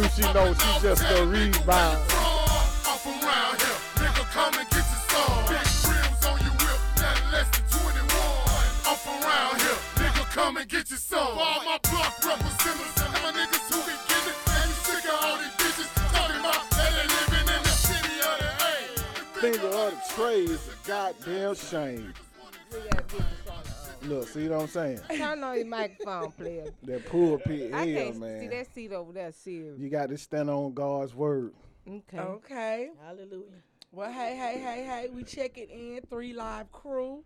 she just a rebound. Off around here, nigga, come and get your song. Big rims on your whip, not less than 21. Off around here, nigga, come and get your song. For all my block representatives and my niggas who be giving, and you sick of all these bitches talking about that they living in the city of the A. Finger of the tray is a goddamn shame. Look, see what I'm saying? Turn on your microphone, player. That pulpit I hell, can't see man. that seat over there, serious. You got to stand on God's word. Okay. Okay. Hallelujah. Well, hey, hey, hey, hey, we check it in. Three Live Crew.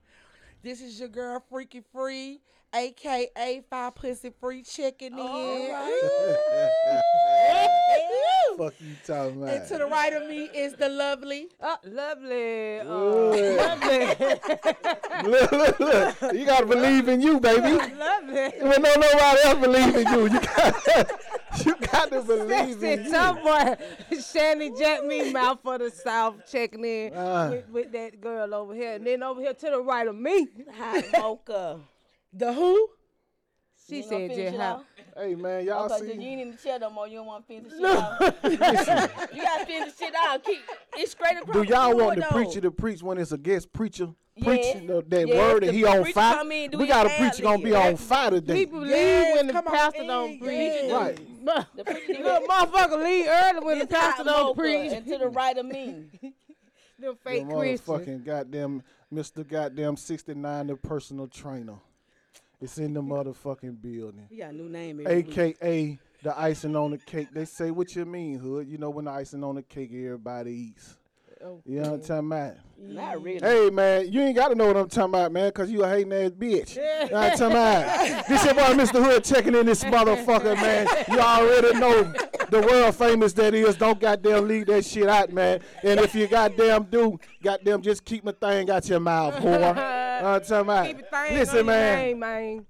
This is your girl Freaky Free, aka Five Pussy Free, checking in. Ooh. Fuck you talking and to the about. right of me is the lovely. Oh, lovely. Oh, Good. look, look, look. You got to believe in you, baby. Oh, lovely. When no nobody else believe in you, you got you got to believe in Sexy you. someone. Shannon Jack me mouth for the South checking in Ah. with, with that girl over here. And then over here to the right of me. Hot mocha. The who? She You gonna said finish just it how off? Hey man, y'all Okay, see? you ain't in the chair no more. You don't want to finish the shit out. you gotta finish the shit out. Keep it's straight across. Do the y'all board, want the though. preacher to preach when it's a guest preacher? Yeah. Preaching the- that Yeah, word the that he on preacher fire. come in and do we his got a ad preacher gonna be lib. on fire today. People Yes, leave when the come on pastor in, don't yeah. preach. Right. The preacher do Little motherfucker leave early when the This hot pastor don't mocha preach. And to the right of me. Them The fake Christians. motherfucking goddamn Mr. Goddamn 69 the personal trainer. It's in the motherfucking building. We got a new name. every week. AKA the icing on the cake. They say what you mean, hood. You know when the icing on the cake everybody eats. Oh, You know what I'm talking about? Not really. Hey man, you ain't gotta know what I'm talking about, man, cause you a hating ass bitch. You know what I'm talking about? This your boy Mr. Hood checking in this motherfucker, man. You already know the world famous that is. Don't goddamn leave that shit out, man. And if you goddamn do, goddamn just keep my thing out your mouth, whore. You know what I'm talking about? Keep a thing Listen, on your man. name, man.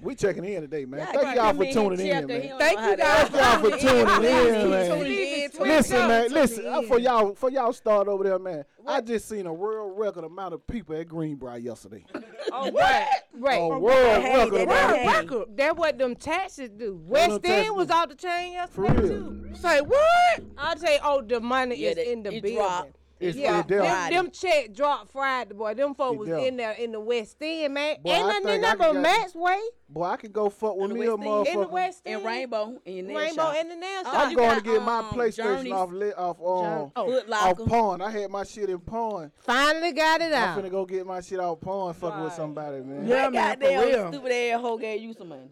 We checking in today, man. I Thank can't y'all come for here tuning checker. in, man. He don't Thank know you Oh, how to guys Thank act. y'all for tuning in, Tune man. in, tune Listen, in. man. Listen, uh, for y'all, for y'all start over there, man. I just seen a world record amount of people at Greenbrier yesterday. Oh, right. Right. A world Hey, record that amount of ain't- people. Record. That what them taxes do. West taxes End was do. off the chain For yesterday real, too. Say what? I'll tell you, oh, the money Yeah, is that- in the it building. dropped. it's Yeah, yeah, them, Friday. them check dropped Friday, boy. Them folk It was done. in there in the West End, man. Boy, I Ain't nothing think I up on got- Matt's way Boy, I could go fuck with the me a West End. motherfucker. in the West End. And rainbow in the Rainbow and the nail shop. I'm you going got, to get my um, PlayStation Journeys. off lit off um, Oh, Foot off Locker. pawn. I had my shit in pawn. Finally got it I'm out. finna go get my shit off pawn. Fucking with somebody, man. Yeah. That man, for real. goddamn stupid ass hoe gave you some money.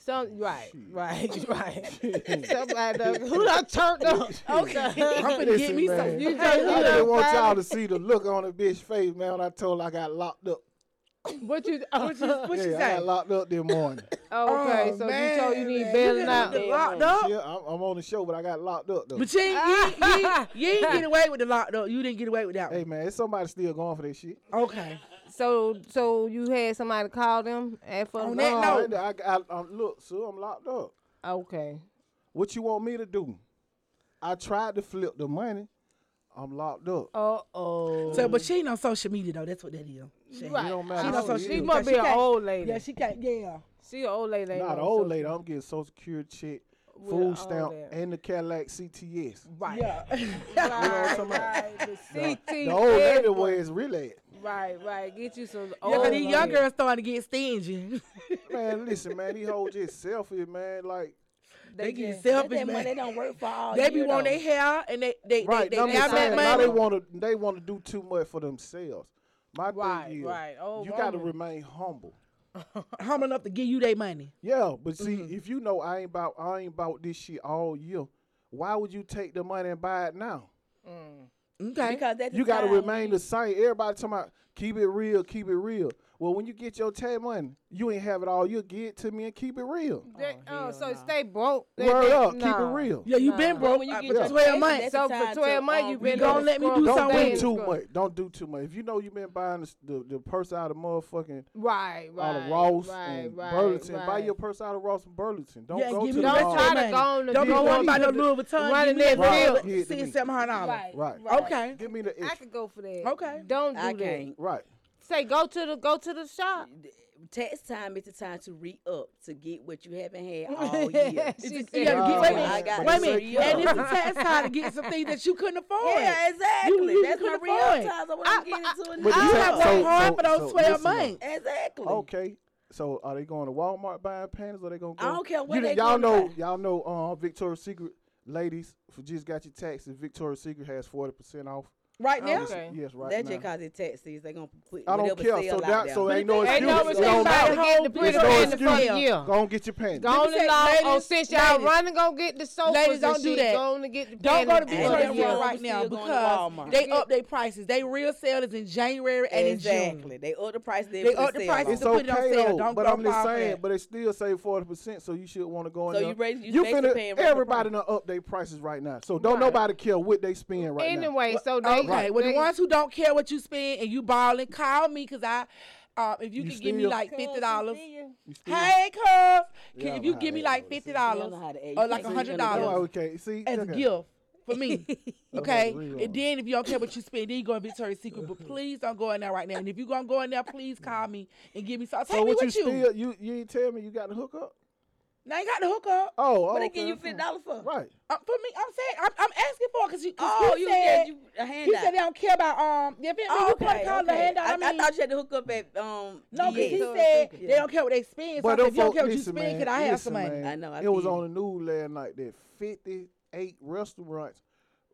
Some right, right, right. Somebody done, who done turned up? Okay. I'm finna Listen, get me man. some. You I just who didn't done want y'all finally- to see the look on the bitch face, man. When I told her I got locked up. What you? What you? What Yeah, you I say? got locked up this morning. Okay, Oh, so man, you told you need man, bailing you out. done Locked up. Yeah, I'm, I'm on the show, but I got locked up though. Oh. But you ain't, you, ain't- you, ain't- you Ah. ain't get away with the locked up. You didn't get away with that Hey one. man, it's somebody still going for that shit. Okay. So, so you had somebody call them and for On the- that No, note- I, I, I, I'm- look, so I'm locked up. Okay. What you want me to do? I tried to flip the money. I'm locked up. Uh oh. So, but she ain't on social media though. That's what that is. She- It Right. don't She, matter. on how social it She is. media, must so be she an can't- old lady. Yeah, she can't. Yeah. She an old lady. ain't Not no an old social- lady. uh, I'm getting Social Security check, With all food stamp, that. and the Cadillac CTS. Right. Yeah. Right. talking about? right. The CT. The old lady was really. Right. Right. Get you some Yeah, old. cause these young money. girls starting to get stingy. Man, listen, man, these hoes just selfish, man. Like, they get That, selfish, that money man. don't work for all They be year, wanting though. their hair and they they right? they, I'm they have just saying, that now they money. want to they want to do too much for themselves. My Right, thing is, right. Old you got to woman. remain humble. Humble enough to give you their money. Yeah, but see, Mm-hmm. if you know I ain't about I ain't about this shit all year, why would you take the money and buy it now? Okay. Because that's You got to remain the same. Everybody talking about keep it real, keep it real. Well, when you get your tag money, you ain't have it all. You get it to me and keep it real. They- oh, so stay broke. They- Word they- up, keep it nah. real. yeah, you been broke when you uh, get for your twelve pension, months. that's So the time for to, 12 months um, you've been gonna on the let me do scrub something Don't Stay do stand. too much. Don't do too much. If you know you been buying the, the, the purse out of motherfucking Right, right. out of Ross right, and right, Burlington, Right. buy your purse out of Ross and Burlington. Don't Yeah, go give to me the that Don't mall. try to shit, man. go on the Don't Yeah, go you on about no need Louis Vuitton. running give me that that bill. Yeah, bill. to me. Six, seven hundred dollars. Right, Right. right. Okay. Give me the I issue. Mm-hmm. could go for that. Okay. Don't do I that. can't. Right. Say go to the go to the shop. Tax time is the time to re up to get what you haven't had all year. She It's- said, you gotta get- Oh, wait a I minute. got Wait a it. minute. And it's a tax time to get some things that you couldn't afford. yeah, exactly. You- you That's my couldn't real afford it. times. I I- want to get into it. But now. you I have So- worked hard so- for those so 12 listen though. months. Exactly. Okay. So are they going to Walmart buying panties or they gonna go? I don't care where you, they all going to know buy. y'all know uh, Victoria's Secret ladies for just got your taxes. Victoria's Secret has forty percent off. Right now, Okay. Yes, right That now. just cause it taxes. They gonna put I don't whatever care. sale So out that there. so ain't no excuse. Ain't no excuse It don't about matter. to get the It's pretty no man the excuse. fuck year. Go and get your panties. Go on Let me and say, ladies, oh, ladies, since y'all ladies. running, go get the sofas Ladies, don't and do shit. that. Go on and get the Don't go to Ain't panties. nothing Victoria's wrong Secret with right you now still going to because Walmart. they up their prices. They real sale is in January and in June. Exactly. They up the price. They up the prices It's to put it on okay sale. though, Don't but go I'm just buy saying. that. But they still save forty percent, so you should want to go in. So there. you raise- you you basically finna paying regular everybody done up their prices right now, so don't nobody care what they spend right now. Anyway, so they. Okay, well, the they- ones who don't care what you spend and you balling, call me because I, uh, if you, You can give me still- like fifty dollars. You still- Hey, Curve, can, Yeah, if you but give how me they like do it, see? fifty You dollars don't know how to add- or you like can't hundred tell them Oh, dollars okay. See, as a okay. gift for me, okay? Okay, we And wrong. then if you don't care what you spend, then you go in Victoria's Secret. But please don't go in there right now. And if you gonna go in there, please call me and give me some. Take So me what you with you. still you you ain't tell me you got the hook up? Now you got the hookup. Oh, What oh, they okay, give you okay. fifty dollars for? Right. Uh, for me, I'm saying I'm, I'm asking for because you. Cause Oh, he you said, said you a he said handout. they don't care about um. Yeah, Vince, Oh, you okay, call the handout. I, I, I mean, thought you had to hook up at um. no, because he DX. said they don't care what they spend. So I But said, them if you don't folk- care what you listen, spend, man, could I have listen, some money? man, I know, I it was feel on the news last night that 58 restaurants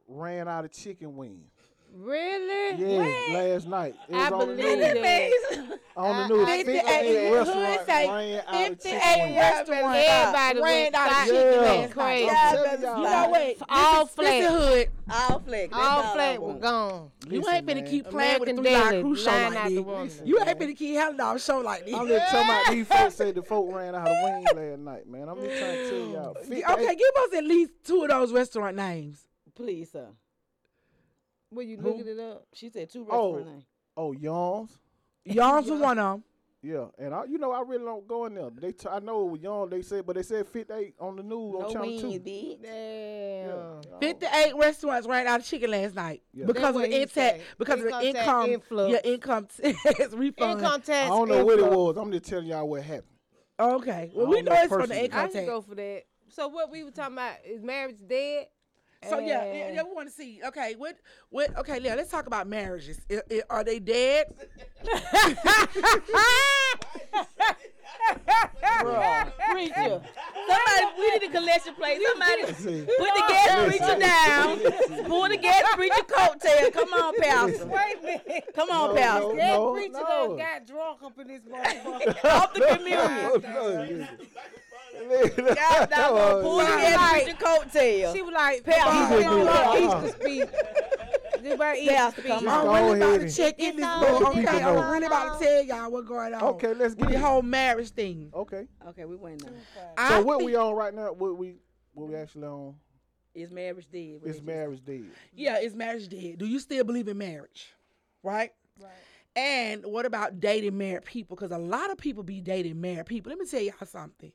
ran out of chicken wings. Really? Yeah, last night. It was I on the believe news. it. On the I- news. I- 58 58 restaurants say ran out of chicken 58 wings. restaurants Everybody ran went out of stock. chicken Yeah. last night. Crazy. Yeah, telling baby, y'all. You know slide. what? This All is- this is flat. hood. All flat. That's All I flat were want. gone. You Listen, ain't finna man. keep playing with a American three dollar Deli, cruise show line like out the this. woman. You ain't finna keep handling off show like I'm this. just talking about these folks said the folk ran out of wings last night, man. I'm just trying to tell y'all. 58 Okay, give us at least two of those restaurant names. Please, sir. Were you looking it up? She said two Oh. restaurant names. Oh, yawns. Y'all's was one of them. Yeah, and I, you know, I really don't go in there. They, t- I know it was young. They said, but they said 58 on the news on No channel wings, two. bitch. Yeah. Damn. I don't- 58 restaurants ran out of chicken last night Oh. Yeah. because That's of what the he intax, say. because of the Income tax income, influx. your income tax refund. Income tax. I don't know what it influx. was. I'm just telling y'all what happened. Okay, well I we don't know know it's from the personally. income I should tax. go for that. So what we were talking about is marriage dead? So yeah, yeah, And- yeah, we want to see. Okay, what, what? Okay, Leah, let's talk about marriages. I- I- are they dead? Preacher. Somebody, we need a collection plate. Somebody See. put the gas preacher down. Pull the gas preacher coattail. Come on, Pastor. Wait a minute. Come on, No, Pastor. That No, preacher no. done got drunk up in this motherfucker. Off the communion. Oh, no, nigga. God, dog, Oh, pull the yeah. gas preacher coattail. She was like, Pep, "Papa, you we didn't don't do want that. Easter speech. This about Pastor, Easter speech. come Go on. I'm really about ahead. to check in this It's book. all Okay, people know. I'm really about to tell y'all what's going on. Okay, let's with get the it. whole marriage thing. Okay. Okay, we went now. So what we on right now? What we what we actually on? Is marriage dead? What It's did you- marriage dead. Yeah, is marriage dead? Do you still believe in marriage? Right? Right. And what about dating married people? Because a lot of people be dating married people. Let me tell y'all something.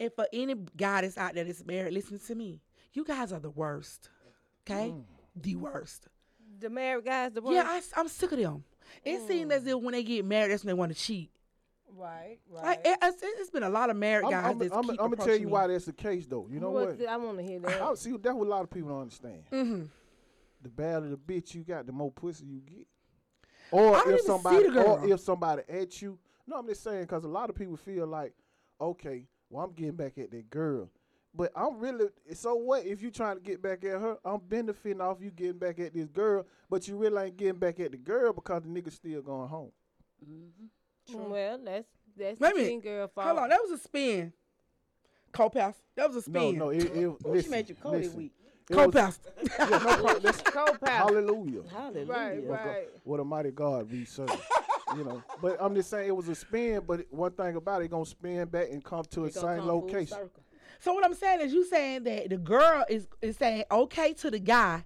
And for any guy that's out there that's married, listen to me. You guys are the worst. Okay? Mm. The worst. The married guys, the one. Yeah, I, am sick of them. It Mm. seems as if when they get married, that's when they want to cheat. right, Like, it, it's- it's been a lot of married I'm, guys I'm, that's I'm, keep I'm gonna tell approaching you me. why that's the case though. You know what? I want to hear that. I, see, that's what a lot of people don't understand. Mm-hmm. The badder the bitch you got, the more pussy you get. Or I don't even if see somebody, the or girl. if somebody at you. No, I'm just saying because a lot of people feel like, okay, well I'm getting back at that girl, but I'm really. So what if you trying to get back at her? I'm benefiting off you getting back at this girl, but you really ain't getting back at the girl because the nigga still going home. Well, that's that's Wait a the minute. teen girl fault. Hold on, that was a spin. Co-pastor. That was a No, spin. no, it, it listen, made you cold that listen. week. It was- Co-pastor. yeah, no problem. That's- Co-pastor. Hallelujah. Hallelujah. Right, What go- right. What a mighty God we serve. you know, but I'm just saying it was a spin. But it- one thing about it, gonna spin back and come to the It's gonna same come full location. circle. So what I'm saying is you saying that the girl is, is saying okay to the guy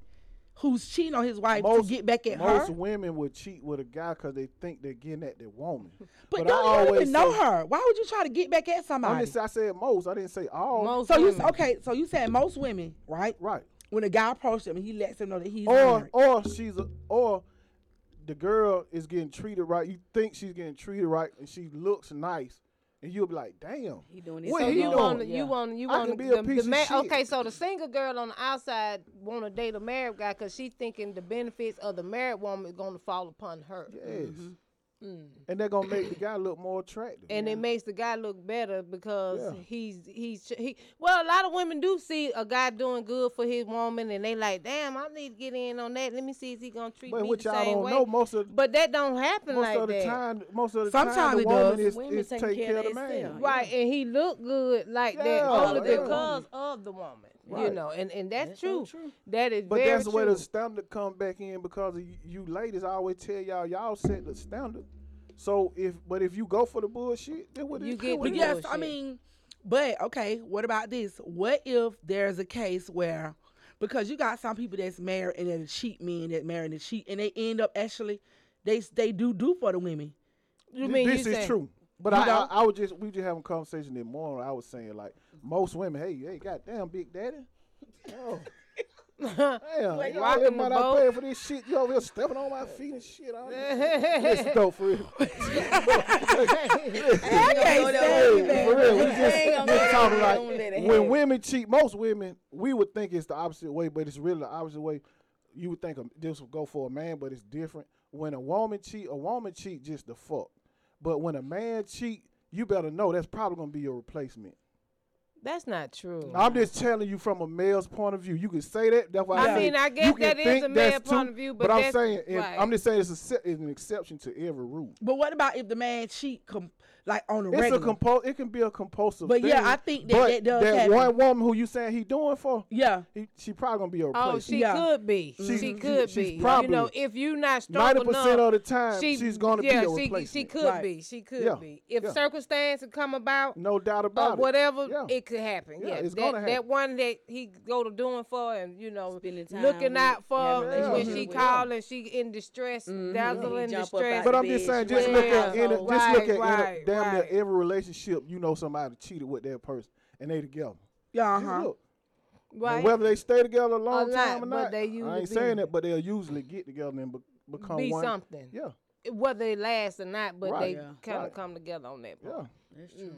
who's cheating on his wife to get back at her. most women would cheat with a guy because they think they're getting at their woman. But, I don't you don't always even know say- her. Why would you try to get back at I'm somebody? just, I said most. I didn't say all. Right. Most so you women. okay? So you saying most women, right? When a guy approaches them and he lets them know that he's Or married. or she's a or the girl is getting treated right. You think she's getting treated right, and she looks nice, and you'll be like, "Damn, He doing this What so he doing? long. Wanna, wanna- yeah. you want you I can want be the, a the, piece of man. shit. Okay, so the single girl on the outside want to date a married guy because she thinking the benefits of the married woman is going to fall upon her, yes," Mm-hmm. Mm. and they're gonna make the guy look more attractive. and it makes the guy look better because Yeah. he's he's he. Well, a lot of women do see a guy doing good for his woman, and they like, damn, I need to get in on that. Let me see if he gonna treat but me what the y'all same don't way. know, most of but that don't happen most like of the that. time, most of the time, Sometimes the it woman does. is, Women is take taking care care of of the themselves. man. Yeah. Right, and he looked good like that Yeah, only yeah. because of the woman, you Right. know, and and that's, true. That is But very that's the way true. the standard come back in because of you, you ladies. I always tell y'all, y'all set the standard. So if, but if you go for the bullshit, then what it- You then get what the it But is. yes, I bullshit. mean, but okay, what about this? What if there's a case where because you got some people that's married and they cheat men that marry and they cheat and they end up actually they they do do for the women. you mean this you is saying- true. But I, I, I was just we just having a conversation this morning. I was saying like most women, hey, hey, goddamn, big daddy. Oh. Damn, why rocking the everybody I boat? pay for this shit, you over here stepping on my feet and shit. I don't- Listen though, for real. I can't stand Hey, you, man. for real, we ain't just, gonna we let it- talking we like don't let it when women cheat. Most women, we would think it's the opposite way, but it's really the opposite way. You would think um, this would go for a man, but it's different. When a woman cheat, a woman cheat just the fuck. But when a man cheat, you better know that's probably gonna be your replacement. That's not true. I'm just telling you from a male's point of view. You can say that. That's why I, I say mean, I you guess can that is think a male that's point too, of view, But, but I'm that's- saying, if, right. I'm just saying it's, a, se- it's an exception to every rule. But what about if the man cheat com- like on the It's regular? a compul- It can be a compulsive. But thing, yeah, I think that but that does that happen. one woman who you saying he doing for, yeah. he, she probably gonna be a replacement. Oh, she Yeah. could be. She's- she could she's be. probably- you know, if you not strong Ninety enough, percent of the time, she, she's gonna yeah, be a she, replacement. She could Right. be. She could Yeah, be. If yeah. circumstances come about no doubt or about it. whatever, Yeah. it could happen. Yeah, Yeah, it's that, gonna that happen. one that he go to doing for and you know Spending time with, looking out for a having when relationship she with. call and she in distress, dazzle He in jump up distress. out But the I'm just saying, bed, she just like, look at Yeah. any, just Right, look at any, right, damn near right. every relationship. You know somebody cheated with that person, and they together. Yeah, Just uh-huh. look. And Whether they stay together a long lot, time or but not, they I usually ain't saying be- that, but they'll usually get together and be- become Be one. something. Yeah, Whether it lasts or not, but Right. they Yeah. kind of Right. come together on that. yeah. Part. Mm.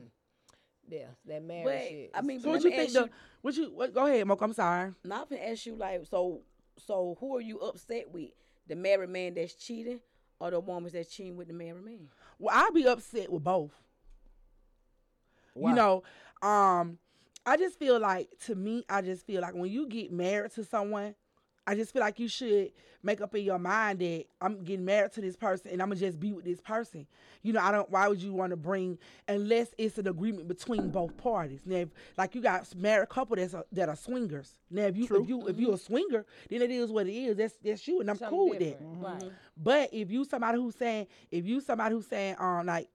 Yeah, that marriage But shit. I mean, So but what let you me think ask the what you what, go ahead, Moke, I'm sorry. Now I'm gonna ask you like, so so who are you upset with? The married man that's cheating or the woman that's cheating with the married man? Well, I'd be upset with both. Why? You know, um, I just feel like to me, I just feel like when you get married to someone, I just feel like you should make up in your mind that I'm getting married to this person and I'm gonna just be with this person. You know, I don't. Why would you want to bring unless it's an agreement between both parties? Now, if, like you got married couple that's a, that are swingers. Now, if you if you if you a swinger, then it is what it is. That's that's you, and I'm Something cool with that. different, Right. But if you somebody who's saying, if you somebody who's saying, um, like,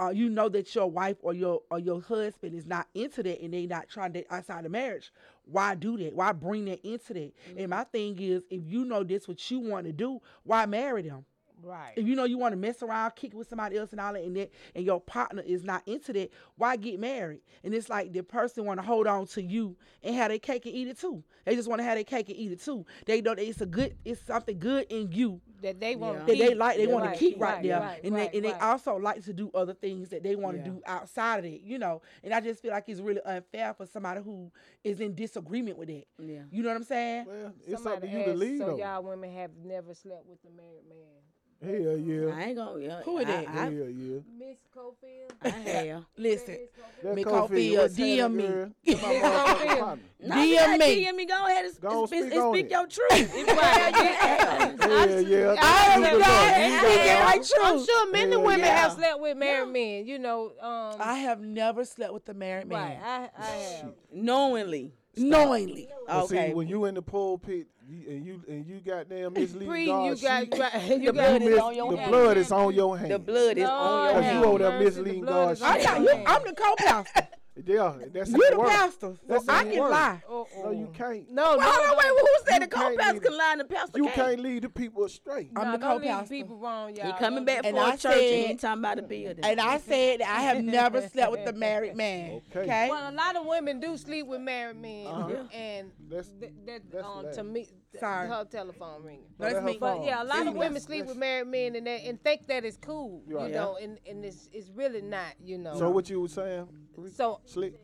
uh, you know that your wife or your or your husband is not into that and they not trying to outside of marriage, why do that? Why bring that into that? And my thing is, if you know this what you want to do, why marry them? Right. If you know you want to mess around, kick it with somebody else and all that, and that, and your partner is not into that, why get married? And it's like the person want to hold on to you and have their cake and eat it too. They just want to have their cake and eat it too. They know that it's a good, it's something good in you That they want that they like they want to keep right, there, and they and they also like to do other things that they want to do outside of it, you know. And I just feel like it's really unfair for somebody who is in disagreement with that. Yeah. You know what I'm saying? Well, it's up to Somebody you to asked, lead so though. y'all women have never slept with a married man. Hell yeah, I ain't gonna. Yeah, Who it I, is? I, hell yeah. Miss Cofield. I have. Listen, That Cofield, Mick Caulfield, what's that DM uh, me. girl? That's my motherfucking partner. No, DM you gotta me. DM me. Go ahead and, Go and, and, speak on speak it. your truth. It's right. Hell yeah. I You don't the know. dog. I- You I- the I- dog. I'm sure- I'm sure many Hell women yeah. have slept with married men. You know, um, I have never slept with a married right? man I, I have. Knowingly. knowingly. But Okay. See, when you in the pulpit you- and you and you goddamn misleading Bree, God, you got she- right. You you got miss- the blood is on your hand. the blood is No, on Cause your yeah. you hand. over there Mercy, the misleading blood God. is shit. on I your got you. I'm the co-pastor. Yeah, that's You the the word. pastor. So That's I the can word. lie. No, you can't. No, Well, no, hold on, no. wait. well, Who said You the can't co-pastor leave- can lie and the pastor You can't? can't lead the people astray. I'm Nah, the don't lead co-pastor. people wrong, y'all. He Don't coming back leave- for And a I church and he said- ain't talking about the building. And I said that I have never slept with a married man. Okay. Okay. Well, a lot of women do sleep with married men, Uh-huh. and That's- th- that, that's um, that. to me, th- Sorry. her telephone ringing. No, that's Let her me. fall. But yeah, a lot See, of women that's- sleep that's- with married men and that, and think that it's cool, you Right. know, and, and it's it's really not, you know. So what you was saying? Re- So- slick.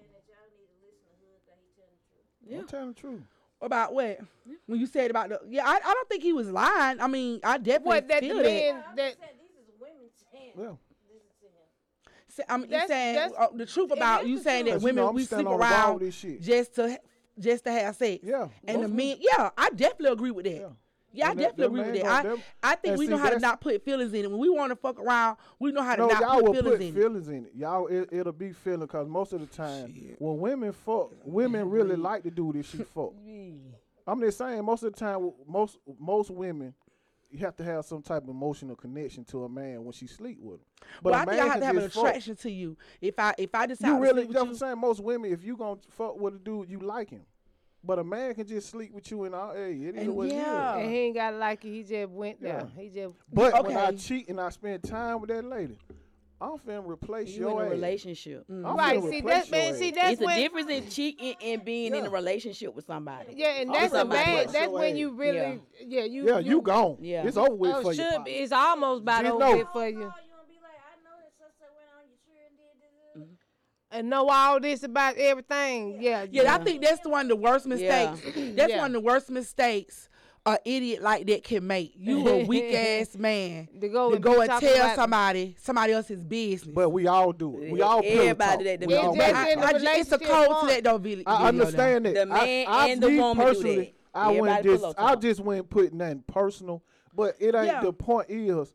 I'm telling the truth. About what? When you said about the yeah, I, I don't think he was lying. I mean, I definitely what that the feel that. men that Yeah. Sa- I'm you That's- saying that's- uh, the truth about is you the saying truth. that Cause you women know, I'm we sleep standing on the wall around with this shit. just to just to have sex. Yeah, And the most men, yeah, I definitely agree with that. Yeah. I And that- definitely that agree with man that. gonna- them- I, I think and we see, know how to that's- not put feelings in it. When we want to fuck around, we know how to No, y'all not will put feelings put in it. feelings in it. Y'all, it, it'll be feeling because most of the time, when women fuck, women really like to do this. She fuck. I'm just saying, most of the time, most most women, you have to have some type of emotional connection to a man when she sleep with him. But well, a I think man I have can to have an just fuck. attraction to you. If I if I decide You to really, sleep you with know what I'm you, saying? Most women, if you gonna fuck with a dude, you like him. But a man can just sleep with you and all. Hey, it is And what yeah. it is. and he ain't got like it, he just went there. He just But when I Okay. cheat and I spend time with that lady, I'm finna replace you your in a ass. relationship. I'm right. finna See replace that man. your See ass. that's it's a when difference in cheating and being in a relationship with somebody. yeah, and I'm that's a talking about bad. what's That's your when age. you really yeah, you Yeah, you gone. Yeah. It's over with oh, for should you. be- it's almost about Just over know. with for Oh, you. And know all this about everything. Yeah, Yeah, I think that's the one of the worst mistakes. That's Yeah. one of the worst mistakes a idiot like that can make. You a weak ass man To go and be and, talking tell about- somebody somebody else's business. But we all do it. We all pillow Everybody talk. that- We It's all just pillow I, in talk. the I ju- it's a relationship code part. to that though, Billy. I understand that. The I- man I, and the me woman do personally, that. I wouldn't Everybody just. pillow I talk. just wouldn't put nothing personal. But it ain't. Yeah. The point is,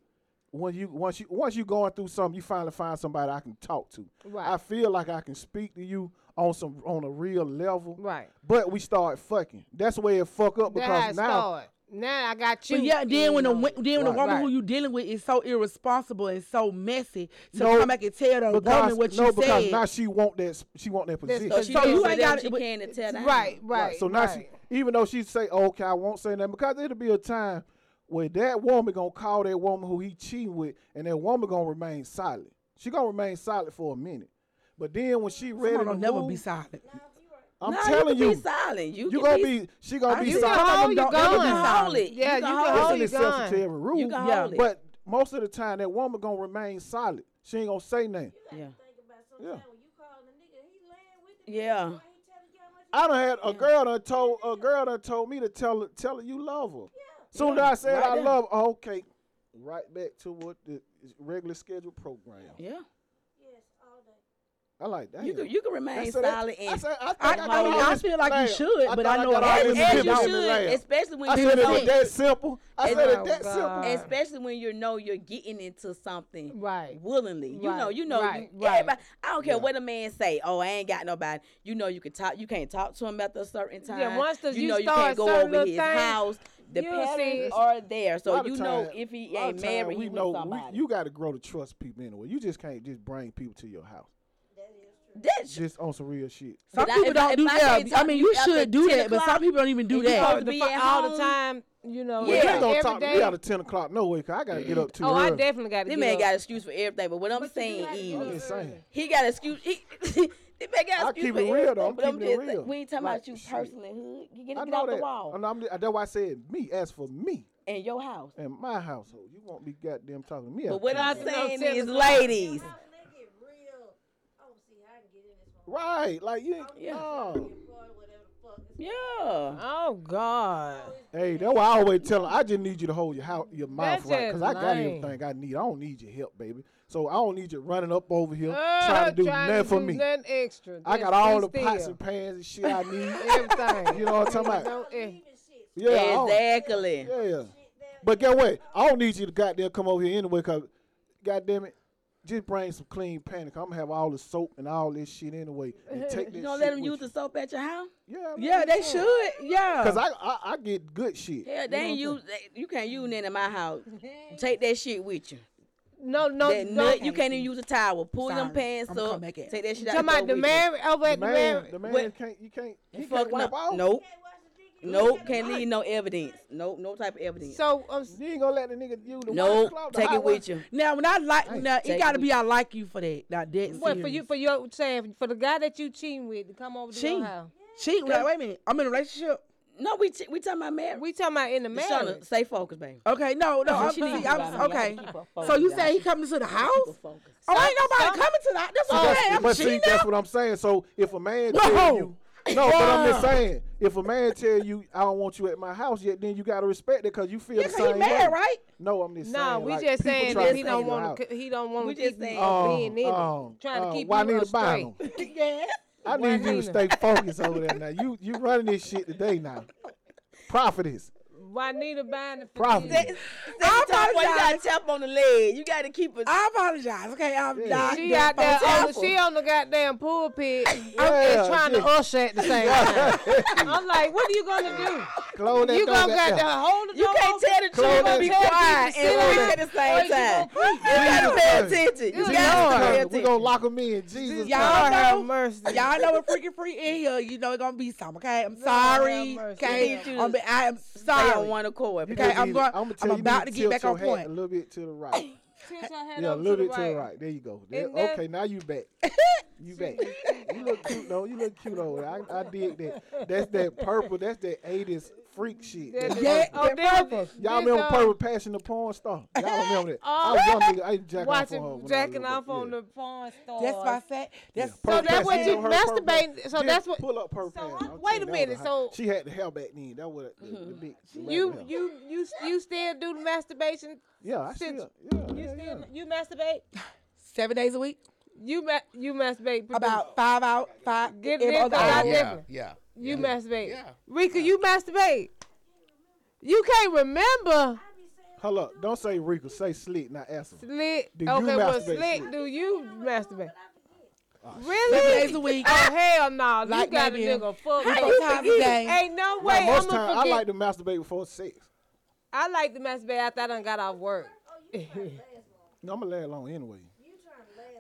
when you once you once you going through something, you finally find somebody I can talk to. Right. I feel like I can speak to you on some on a real level. Right. But we start fucking. That's where it fuck up That's how because it now started. Now I got you. But yeah, then when the Mm. wo- then when the Right. woman who Right. you dealing with is so irresponsible and so messy to No, come back and tell the because woman what no you because said. now she want that s- she want that position. So she So so you you ain't gotta- she but- can to tell that. right, right, So now right. she, even though she say, okay, I won't say nothing, because it'll be a time where that woman gonna call that woman who he cheating with, and that woman gonna remain silent. She gonna remain silent for a minute, but then when she ready Someone to don't never be move, silent. I'm Nah, telling you, you, can be silent. You, you can gonna be, she gonna be You You saw can some silent. hold of them your don't ever gun. be hold it. Yeah, you You can can hold hold Listen your exception to gun. every rule. You can Yeah, hold it. But most of the time, that woman gonna remain silent. She ain't gonna say nothing. yeah. Yeah. Yeah. I done had a girl done told a girl done told me to tell her tell her you love her. Soon as I said I love her, okay, right back to what the regular scheduled program. Yeah. I like that. You can you can remain said, silent I and said I, think I- got I mean, all I this feel like you laugh. should, but thought I know got it all ain't. this as in you me should, laugh. especially when I you said it know, was that simple. I As- said Oh, it that God. simple. especially when you know you're getting into something Right. willingly. You know, Right, you know, right, you, right. everybody. I don't care what a man say. Oh, I ain't got nobody. You know, you can talk. You can't talk to him at a certain time. once the- you know, you start can't go certain over little his things, house. The you'll see parents it's- are there, A so lot of you know time- if he a lot of ain't time married, we he know with somebody. you got to grow to trust people anyway. You just can't just bring people to your house That's just on some real shit. Some But I- people if I- don't if do I that. can't I mean, talk to you you after should do 10 that, but some o'clock, people don't even do and you that. supposed All to the be fu- at all the home. time, you know. Well, you Yeah. ain't gonna every talk to day. me after ten o'clock no way. 'cause I gotta get up too Oh, I early. definitely got to. this man got excuse for everything. But what I'm saying I'm is, just saying. He got excuse. He, this man got I excuse keep for it real, everything, though. I'm but I'm keeping it just like, real. we ain't talking Like, about you shit. personally. Hood, you get, I get know off that. the wall And I'm, that's why I said me. As for me in your house. and my household, you won't be goddamn talking to me. But what I'm after 10 o'clock. saying tell is, the- ladies, Right? Like you. Ain't, Yeah. No. yeah, Oh God. Hey, that's why I always tell 'em, I just need you to hold your how, your mouth That's right because I just got lame. everything I need. I don't need your help, baby. So I don't need you running up over here Uh, trying to do trying nothing for do me. Nothing extra. I Just got all be the pots still. and pans and shit I need. Everything. you know what I'm talking about? Don't, eh, Yeah. I don't- exactly. Yeah. But get what? I don't need you to goddamn come over here anyway, cause goddamn it, just bring some clean panic. I'm gonna have all the soap and all this shit anyway. And take You this don't shit let them with use the soap at your house. you. Yeah, man, Yeah, they come on. should. Yeah. Cause I, I I get good shit. Hell, they ain't use. They, you can't use none in my house. Take that shit with you. No, no, That no. nut, you can't even use a towel. Pull them Sorry. pants I'ma come up. back at Take it. that shit out. Talking and about go the with marriage over The at the man, marriage. the man What? can't. You can't. you. He Fuck can't wipe no. off. Nope. Nope. Can't leave no evidence. Nope. No type of evidence. So um, You ain't gonna let the nigga use the nope. washcloth, the Take hot it with one? you. Now, when I like, now take it gotta it be I like you for that. Now that's what for you serious. for your saying for the guy that you cheating with to come over to cheat, your house? cheat. Like, wait a minute, I'm in a relationship. No, we ch- we talking about marriage. We talking about in the Shauna, marriage. stay focused, baby. Okay, no, no, I'm, She needs see, to I'm buy me. okay. Keep her So focused, you y'all. say he coming to the house? Keep her focused. Oh, ain't nobody Stop. coming to the house. That's what I'm That's- saying. I'm Oh, but see, cheating that's now. what I'm saying. So if a man Whoa. tell you, no, but I'm just Wow. saying, if a man tell you, I don't want you at my house yet, then you gotta respect it because you feel Yeah, the 'cause he same mad, way. right? No, I'm just saying. No, we like, just people saying try that to he stay in don't your want house. to. He don't want We to just keep you saying- from Oh, being in oh, it. Trying to oh, keep why you need on to buy straight. them? I need you to stay focused over there now. You you running this shit today now. Prophetess. Why need a bind? Prophetess. I apologize. You got to tap on the leg. You got to keep it. I apologize. Okay, I'm not. She out there on the, Apple. she on the goddamn pulpit. I'm Yeah, just trying to yeah. usher at the same time. I'm like, what are you gonna do? Close that You door gonna back got to there. hold the You door can't open? tell the Close truth that and be door. quiet Close and that- read at the same time. Or you You got to pay Jesus. attention. You Jesus got to pay Christ, we attention. gonna lock them in. Jesus Y'all Christ. Lord have know- mercy. Y'all know we're freaking free in here. You know it's gonna be some. Okay, I'm sorry. mercy. Okay, Need you to I'm, I am Stay on sorry. one accord. You Okay, just I'm need- going- I'ma I'm tell you, you about to get tilt back your on hat point. A little bit to the right. Tilt your head Yeah, a over little to bit the to the right. right. There you go. There- And then- okay, now you back. You back. You look cute though. You look cute though. I, I dig that. That's that purple. That's that '80s freak shit. There- That's- Yeah, oh, that there- purpose. Y'all this, remember uh, Purple Passion, the porn star? Y'all remember that? I Oh. was young nigga. I used to jack off on her Watching when I was jacking little, off on yeah. the porn store. That's my fact. That's Purple So that's what Passion, you know her Purple masturbating- Passion? so Just that's what- Pull up Purple so Passion. I- I'm wait telling a you, that minute, was a hot- so- Mm-hmm. she had the hell back then. That was the, the big. she had the You hell. you you you still do the masturbation? Yeah, I since- still. Yeah, You yeah, yeah. still you masturbate? seven days a week. You ma- you masturbate producer. About five out five. Get every this other out. hour. Yeah, yeah, different. yeah. you masturbate. Yeah. Rika, you masturbate. You can't remember Hold up. Don't say Rika. Say Slick, not Asa. slick. Do you okay, well, masturbate, Ah, slick. Slick? Do you masturbate? Seven really? days a week. Oh hell no! Like you got a maybe nigga fuck. four you. times a day. Ain't no Now, way most I'ma time, forget. I like to masturbate before sex. I like to masturbate after I done got off work. No, I'm gonna last long anyway.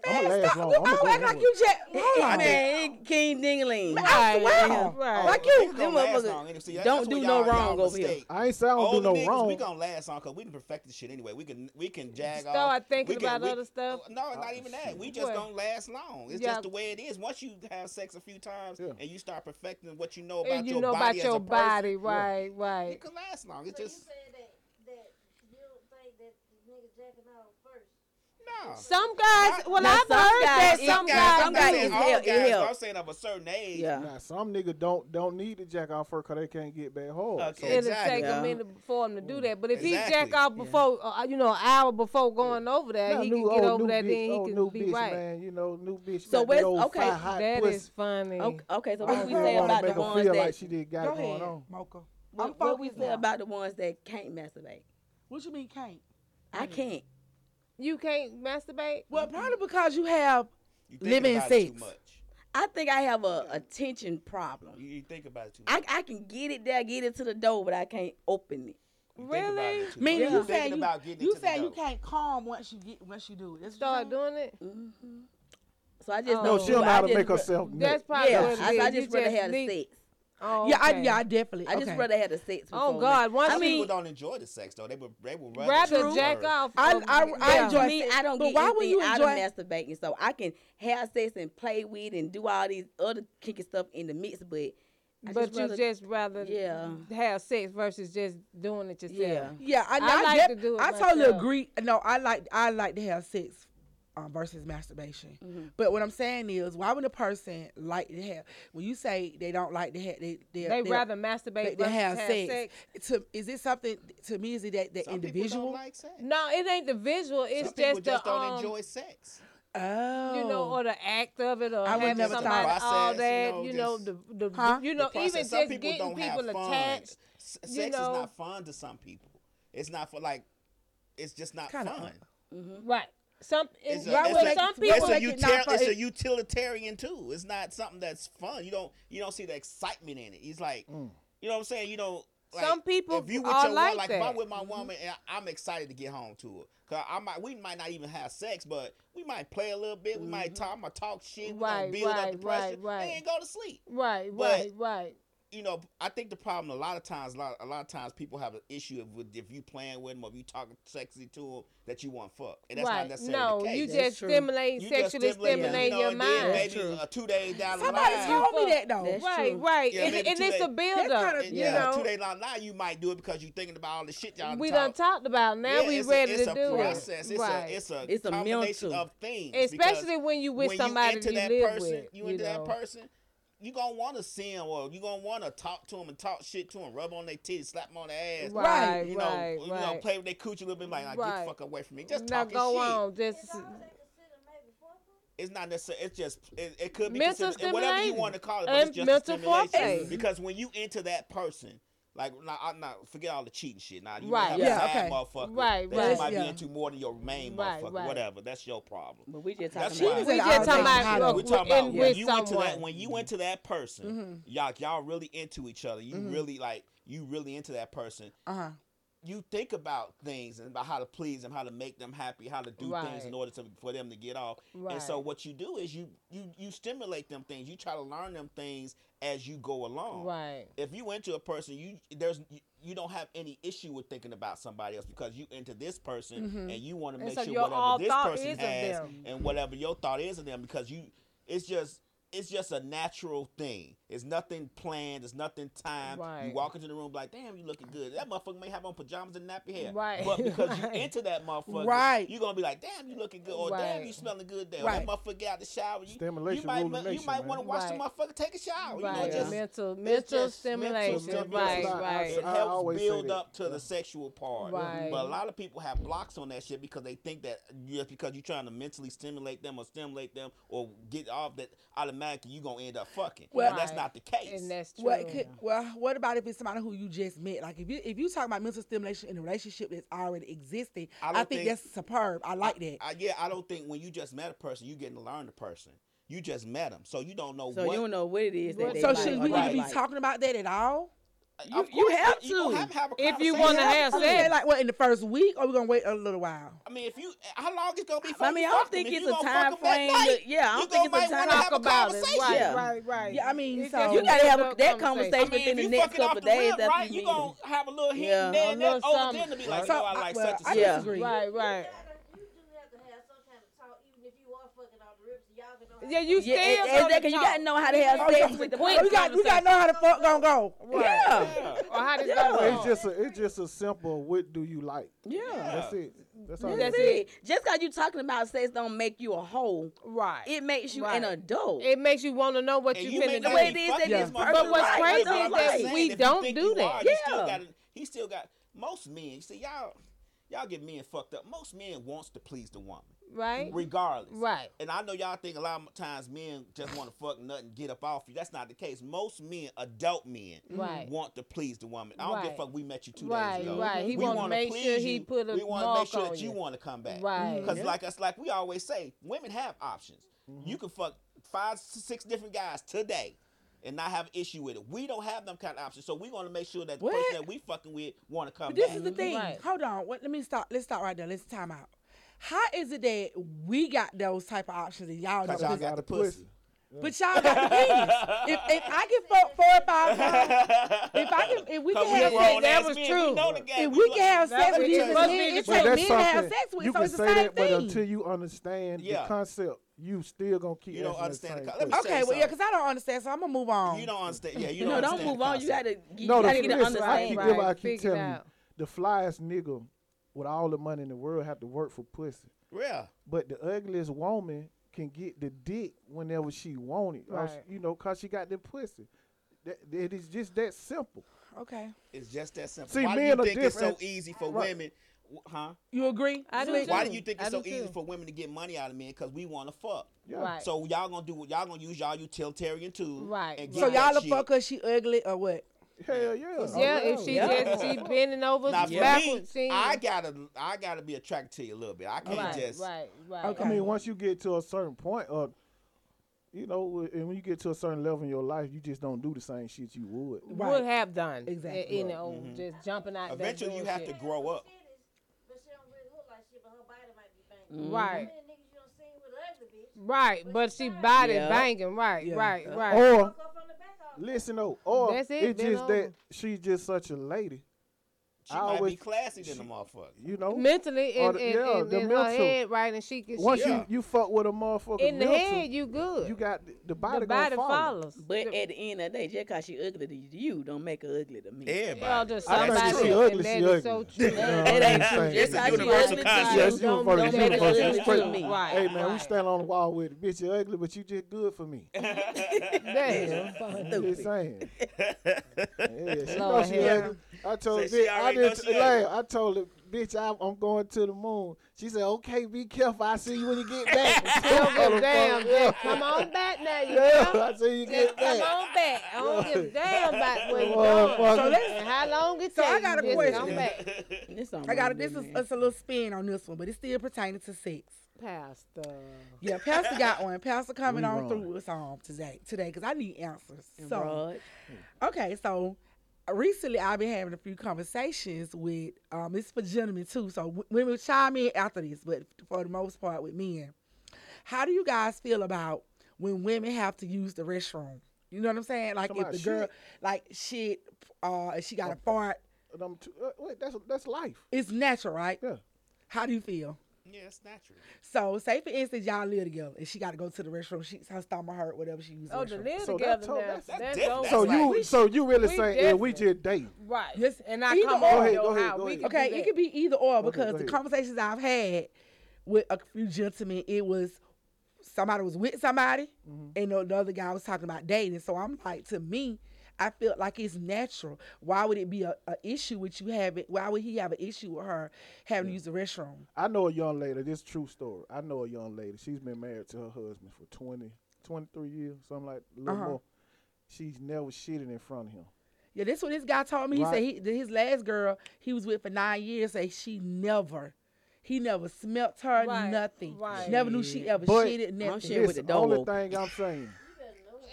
Man, I'm gonna last stop. long. You I'm gonna all go act like anyway. you just. Hold on. Man, King Dingling. I Right. swear. Right. Like you. Them motherfuckers don't do no wrong over here. I ain't say I don't All do no niggas, we wrong. gonna last on because we done perfected shit anyway. We can we can jag off. Start thinking we can- about we- other stuff? No, Oh, not even that. We just What? gonna last long. It's Yeah. just the way it is. Once you have sex a few times Yeah. and you start perfecting what you know about And you your know body about as your a person, body, right? You Right. can last long. It's just no. Some guys. Well, Now, I've heard some that guys- some some guys. I'm guys- not do. saying It all help, it guys, but help. I'm saying of a certain age. Yeah. Now some nigga don't don't need to jack off her cause they can't get back hard. Okay. So, It'll take a Yeah. minute for him to do that, but if Exactly. he jack off before, uh, you know, an hour before going over that, now, he new- can get old over new that. bitch, then old he new can be bitch, right. Man, you know, new bitch. So like that where's- old okay, fat, hot That pussy. is funny. Okay, okay, so You what we don't say wanna about make the her ones feel that like she did got Go it going ahead, on. Mocha. I'm what, what we focused say now. about the ones that can't masturbate? What you mean can't? I Mm-hmm. can't. You can't masturbate. Well, Mm-hmm. probably because you have. You thinking Living about it sex. too much. I think I have a attention problem. You, you think about it too much. I, I can get it there, get it to the door, but I can't open it. You think about it Really? too much. Meaning You you thinking saying you, about getting it you to the saying you door. can't calm once you get once you do it. That's what Start you doing it. So I just Oh. No, don't she don't do it. know how I to just make ra- herself. That's nut. probably Yeah, what it I, is. I You just rather have need- sex. Oh, Yeah, I, okay. yeah, I definitely. I just okay. rather have the sex. Oh, before God, that. once I Some mean, people don't enjoy the sex though. They would they would rather, Rather shoot jack her. off. I, of- I, I yeah. enjoy. me, sex, I don't but get why would anything you out enjoy? of masturbating. So I can have sex and play with and do all these other kinky stuff in the mix, but I but just you rather, just rather Yeah. have sex versus just doing it yourself. yeah. Yeah, I, I I, like to def- do it I totally myself. agree. No, I like I like to have sex um, versus masturbation. Mm-hmm. But what I'm saying is, why would a person like to have? When you say they don't like to have, they they They they- rather masturbate they, versus they have, sex. sex. To, is it something to me? Is it that that Some people individual? don't like sex. No, it ain't the visual. It's Some people just, just the don't um, enjoy sex. oh, you know, or the act of it, or I would having never somebody thought- all Process, that. you know, You know, just- the, the Huh? you the know, even process. just some getting people people don't have fun. attached. S- sex you is know. not fun to some people. It's not for like. It's just not Kinda fun. Right. Some It's right, it's well, like- some it's people a like it not util- fun. it's a utilitarian too. It's not something that's fun. You don't you don't see the excitement in it. It's like you know what I'm saying. You know like, Some people if you with are your wo- like like if that. Mm-hmm. I'm with my woman and I'm excited to get home to her. Cause I might we might not even have sex, but we might play a little bit. We might talk. I'm gonna talk shit. We gonna Mm-hmm. Right, build right, up the right, pressure. right. And go to sleep. Right, But- right, right. You know, I think the problem a lot of times, a lot, a lot of times people have an issue of with if you playing with them or if you talking sexy to them that you want fuck, and that's right. not necessarily no, the case. you That's just true. stimulate, You just sexually stimulate, stimulate, them, you your know, and then mind. Maybe uh, two days down the Somebody line, told me that though. That's right, true. right. Yeah, and maybe and two it's a days. build That up, kinda- And you yeah, two know. days down the line, you might do it because you thinking about all the shit y'all done we done talked. talked about. Now Yeah, we it's a- ready it's to a do process. it. It's right. a it's a It's a combination mental. of things. Especially because when you with when somebody you into you that live person, with. you know. into that person, you gonna want to see them, or you gonna want to talk to them and talk shit to them, rub on their titties, slap them on their ass, Right, You know, right, you know, right. play with their coochie a little bit, like, like get Right. the fuck away from me. Just now talking go shit. on. Just It's not necessarily. It's just it, it could be Mental considered- whatever you stimulation. want to call it, but And it's just mental mental stimulation. foreplay. Because when you into that person. Like, nah, I'm not forget all the cheating shit. Now you Right. have Yeah, a side okay. motherfucker Right, that right. you might Yeah. be into more than your main Right, motherfucker. right. Whatever, that's your problem. But we just That's talking why- about. we just It's all talking taken about out. uh, we w- talking about in when with you into that someone. Mm-hmm. when you into that person, y'all y'all really into each other. You really like you really into that person. Uh Uh-huh. huh. You think about things and about how to please them, how to make them happy, how to do things Right. in order to for them to get off. And so what you do is you you you stimulate them things. You try to learn them things as you go along. Right. If you into a person, you there's you, you don't have any issue with thinking about somebody else because you into this person and you want to And make so sure Mm-hmm. your all whatever this thought person is of has them. and whatever your thought is of them because you it's just it's just a natural thing. It's nothing planned. It's nothing timed. Right. You walk into the room like, damn, you looking good. That motherfucker may have on pajamas and nappy hair. Right. But because Right. you into that motherfucker, Right. you're gonna be like, damn, you looking good, or Right. damn, you smelling good. There, Right. that motherfucker get out the shower. You, Stimulation you might, rule the ma- you nation, might man. want to watch Right. the motherfucker take a shower. You know, Right. just mental it's mental just mental stimulation. stimulation. Right, It's not- right. it I helps always say build that. up to the sexual part. Right. But a lot of people have blocks on that shit because they think that just because you're trying to mentally stimulate them or stimulate them or get off that automatically you're going to end up fucking. Well- Well, that's not the case. And that's true. Well, it could, well, what about if it's somebody who you just met? Like if you if you talk about mental stimulation in a relationship that's already existing, I I, don't think, think- that's superb. I like that. I, yeah, I don't think when you just met a person, you're getting to learn the person. You just met them. So you don't know So what. you don't know what it is that What- they so like. should or we not even be like. talking about that at all? you- Of you course, have you gonna to. have, have a If you conversation. wanna have I'm sex. saying, like what in the first week, or we gonna wait a little while? I mean, if you, how long is gonna be? I mean, I don't think it's a time frame. to- Yeah, I don't think it's a time. Talk about it. Right, Yeah. right, right. Yeah, I mean, It's so just- You gotta have a, Conversation. that conversation I mean, within if the you next fucking off couple the days rip, after right, you you meet 'em. gonna have a little hint Yeah, and a then little that over something. then to be like, So, oh, I like well, such I and such. Yeah. disagree. Right, right. You do have to have some kind of talk, even if you are fucking off the ribs, y'all can know how to Yeah, you Yeah, still and, and gonna that, you gotta talk. know how to have Oh, sex yeah. with the Quick. we person. got we gotta know how the fuck gonna go. Yeah. Yeah. Or how this Yeah. gonna Well, go. it's just a, it's just a simple. What do you like? Yeah. That's it. That's all. That's it is. it. Just cause you talking about sex don't make you a hoe. right. It, It makes you an Right. adult. makes you want to know what And you, you may finna not way do. it be is that fucking this this person motherfucker But what's right, crazy but is I'm that saying, we if you don't think do you that. Are, you still Yeah. got he still got most men. You see, y'all, y'all get men fucked up. Most men wants to please the woman, Right? regardless. Right. And I know y'all think a lot of times men just want to fuck nothing, get up off you. That's not the case. Most men, adult men, Right. want to please the woman. I don't give Right. a fuck. We met you two Right, days ago. right. He we wanna wanna make please sure he you. put a We wanna mark make sure on that you you. want to come back. Right. Because like us, like we always say, women have options. You can fuck five, s- six different guys today. And not have an issue with it. We don't have them kind of options, so we want to make sure that the What? person that we fucking with want to come But this back. is the thing. Right. Hold on. What, let me stop. Let's stop right there. Let's time out. How is it that we got those type of options and y'all don't? Cause y'all Got got a the pussy. pussy. But y'all got the penis. if, if I get fucked four or five times, if I can, if we Cause can we have grown sex, grown that ass was men, true. we know the if game. we lo- can have That sex was with these true. men, Men too. it take But men that's to have something sex with. you so can it's the say same that, but thing. until you understand the Yeah. concept, you still gonna keep. You don't asking understand the same co- let me question. say okay, well yeah, something. because I don't understand, so I'm gonna move on. You don't understand. Yeah, you You know, don't. don't move on. You gotta, you No, the, gotta get an listen, I understanding. keep, Right, giving- I right. keep Figure it telling you, out. the flyest nigga with all the money in the world have to work for pussy. Yeah. But the ugliest woman can get the dick whenever she want it, or she- Right. you know, cause she got the pussy. That, it is just that simple. Okay, It's just that simple. See, Why do men are you think it's so different. easy for Right. women? w- Huh? you agree? I do Slick? too. Why do you think I it's so do easy too. for women to get money out of men? Because we want to fuck. Yeah. Right. So y'all gonna do what y'all gonna use y'all utilitarian tools. Right, And right. So get that y'all the shit. fuck her? She ugly or what? Hell yeah. Yeah, if she Yeah. just she bending over Now for me, backwards, she- I gotta, I gotta be attracted to you a little bit. I can't right, just. right, right. Okay. I mean, once you get to a certain point, uh, You know, and when you get to a certain level in your life, you just don't do the same shit you would. Right. would have done. Eh, Exactly. You know, Mm-hmm. just jumping out. there Eventually, you doing have to shit. grow up. But she don't really look like shit, but her body might be banging. Right, Many niggas you don't see with an ugly bitch. right, but she body Yeah. banging. Right, Yeah. right, right. Or Fuck from the back all listen though, or That's it, it's been just that over. she's just such a lady. She I might always- be classy than a motherfucker. You know, mentally Or and, Oh. the- and, yeah, and, the and her mental. head right, and she can. once she, Yeah. you you fuck with a motherfucker in the mental, head, you good. you got the, the body. the gonna body follow. follows. But at the end of the day, just because she ugly to you, don't make her ugly to me. Everybody. well, just I think somebody she else, ugly, and she that is so ugly. true. You know what I'm saying? Just how she universal ugly concept. to Yes, you, you don't, first, don't you make her first, you ugly first. to me. Right. Hey man, we right. stand on the wall with it. Bitch, you ugly, but you just good for me. Damn. Just saying. Yeah, she know Lord she have ugly. I told her, So she bitch, I already know didn't she laugh. ugly. I told her, bitch, I, I'm going to the moon. She said, okay, be careful. I see you when you get back. Don't give a Motherfucker, damn. yeah. Just Come on back now, you Yeah, know. I see you get Just come back. on back. I don't give a damn about where you Motherfucker. going. And how long it takes. So I got a you just Come question. back. This something I got wrong it. This with is me. it's a little spin on this one, but it's still pertaining to sex. Pastor. Yeah, Pastor got one. Pastor coming We wrong. on through us on today today because I need answers. And So broad. okay, so uh, recently I've been having a few conversations with um this is for gentlemen too. So w- women chime in after this, but for the most part with men, how do you guys feel about when women have to use the restroom? You know what I'm saying? Like if Talking the about girl shit? like shit, uh, if she got a fart, And I'm too- uh, wait, that's that's life. it's natural, right? Yeah. How do you feel? Yeah, it's natural. So say for instance y'all live together and she got to go to the restroom. She her stomach hurt, whatever she uses. Oh, the to restroom. live So together that's now. all- that's- that's That's different. over. That's So like- you so you really we saying yeah, we different. just dating. Right. Yes, and I either come or. over Go ahead, your go ahead, house. go We ahead. can okay, do it that. could be either or because go the ahead. conversations I've had with a few gentlemen, it was somebody was with somebody, and the, the other guy was talking about dating. So I'm like, to me, I feel like it's natural. Why would it be a, a issue with you having? Why would he have an issue with her having to use the restroom? I know a young lady, this true story. I know a young lady. She's been married to her husband for 20, 23 years, something like a little Uh-huh. more. She's never shitting in front of him. Yeah, that's what this guy told me. He said Right. he, that his last girl he was with for nine years. Say she never, he never smelt her Right, nothing. right. Never knew she ever But- shitted I'm nothing. shitting with the Listen, door only open. thing I'm saying.